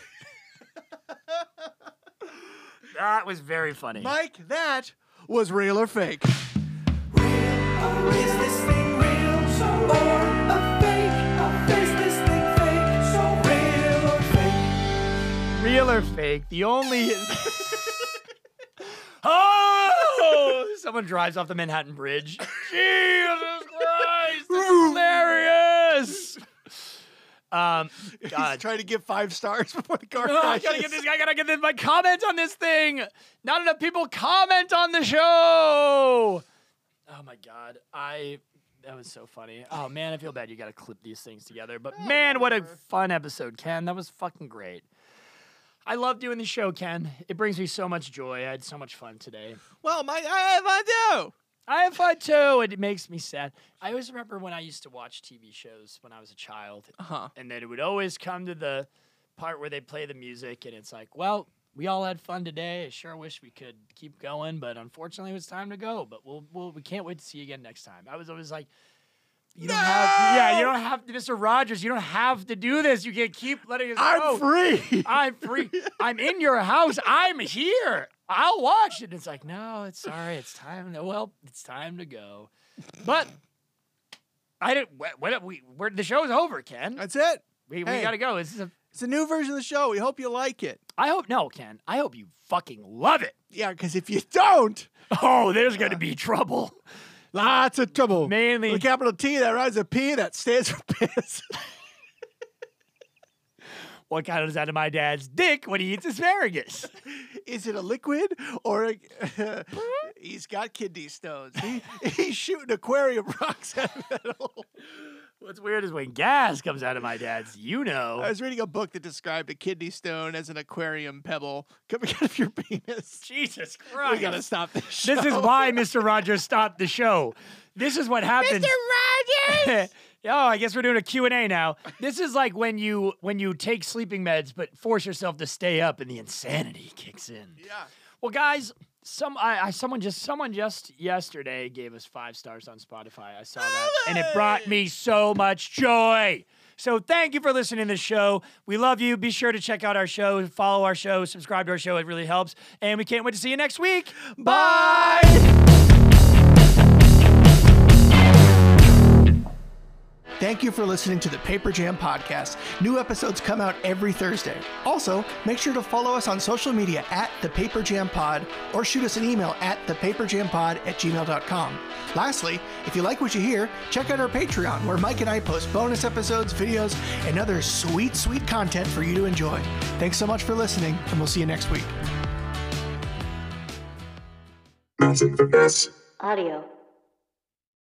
Speaker 6: that was very funny.
Speaker 1: mike that was real or fake [laughs]
Speaker 4: Is this thing real so or a fake? Is this thing fake so real or fake?
Speaker 6: Real or fake? The only. [laughs] oh! Someone drives off the Manhattan [laughs] Bridge. Jesus Christ! This [laughs] is hilarious. Um,
Speaker 1: he's
Speaker 6: God.
Speaker 1: trying to give five stars [laughs] before the car
Speaker 6: [laughs] Oh, I gotta get
Speaker 1: crashes.
Speaker 6: this.
Speaker 1: [laughs]
Speaker 6: I gotta get this. My comment on this thing. Not enough people comment on the show. Oh my god, I that was so funny. Oh man, I feel bad. You gotta clip these things together. But man, what a fun episode, Ken. That was fucking great. I love doing the show, Ken. It brings me so much joy. I had so much fun today.
Speaker 1: well mike i have I do
Speaker 6: I have fun too, and it makes me sad. I always remember when I used to watch TV shows when I was a child,
Speaker 1: uh-huh
Speaker 6: and then it would always come to the part where they play the music and it's like well we all had fun today i sure wish we could keep going but unfortunately it's time to go but we'll, we'll we can't wait to see you again next time i was always like You don't have yeah, you don't have Mr. Rogers, you don't have to do this. You can keep letting us
Speaker 2: I'm
Speaker 6: go.
Speaker 1: [laughs]
Speaker 2: free.
Speaker 6: I'm free. I'm in your house. I'm here. I'll watch it. It's like, no, it's sorry. It's time to, well, it's time to go. But I didn't, wh- what, we, we're, the show's over, Ken.
Speaker 7: That's it.
Speaker 6: We, we
Speaker 7: hey.
Speaker 6: gotta go. This is a,
Speaker 7: It's a new version of the show. We hope you like it.
Speaker 6: I hope, no, Ken, I hope you fucking love it.
Speaker 7: Yeah, because if you don't,
Speaker 6: [laughs] Oh, there's gonna be trouble. [laughs]
Speaker 7: lots of trouble.
Speaker 6: Mainly-
Speaker 7: With a capital T that rhymes with P that stands
Speaker 1: [laughs]
Speaker 7: for piss.
Speaker 6: What kind of is out of my dad's dick when he eats asparagus?
Speaker 7: Is it a liquid or a,
Speaker 6: Mm-hmm.
Speaker 7: [laughs] he's got kidney stones? He, [laughs] he's shooting aquarium rocks at metal.
Speaker 6: [laughs] What's weird is when gas comes out of my dad's, you
Speaker 7: I
Speaker 6: know.
Speaker 7: was reading a book that described a kidney stone as an aquarium pebble [laughs] coming out of your penis.
Speaker 6: Jesus Christ.
Speaker 7: We gotta stop this. Show.
Speaker 6: This is why [laughs] Mr. Rogers stopped the show. This is what happens. Mr. Rogers. [laughs] oh, I guess we're doing a Q&A now. This is like when you when you take sleeping meds but force yourself to stay up and the insanity kicks in.
Speaker 7: Yeah.
Speaker 6: Well, guys, some I, I someone just someone just yesterday gave us five stars on Spotify. I saw that, and it brought me so much joy. So thank you for listening to the show. We love you. Be sure to check out our show, follow our show, subscribe to our show. It really helps, and we can't wait to see you next week. Bye.
Speaker 7: Thank you for listening to the Paper Jam Podcast. New episodes come out every Thursday. Also, make sure to follow us on social media at the Paper Jam Pod or shoot us an email at thepaperjampod at gmail.com. Lastly, if you like what you hear, check out our Patreon where Mike and I post bonus episodes, videos, and other sweet, sweet content for you to enjoy. Thanks so much for listening, and we'll see you next week.
Speaker 8: Audio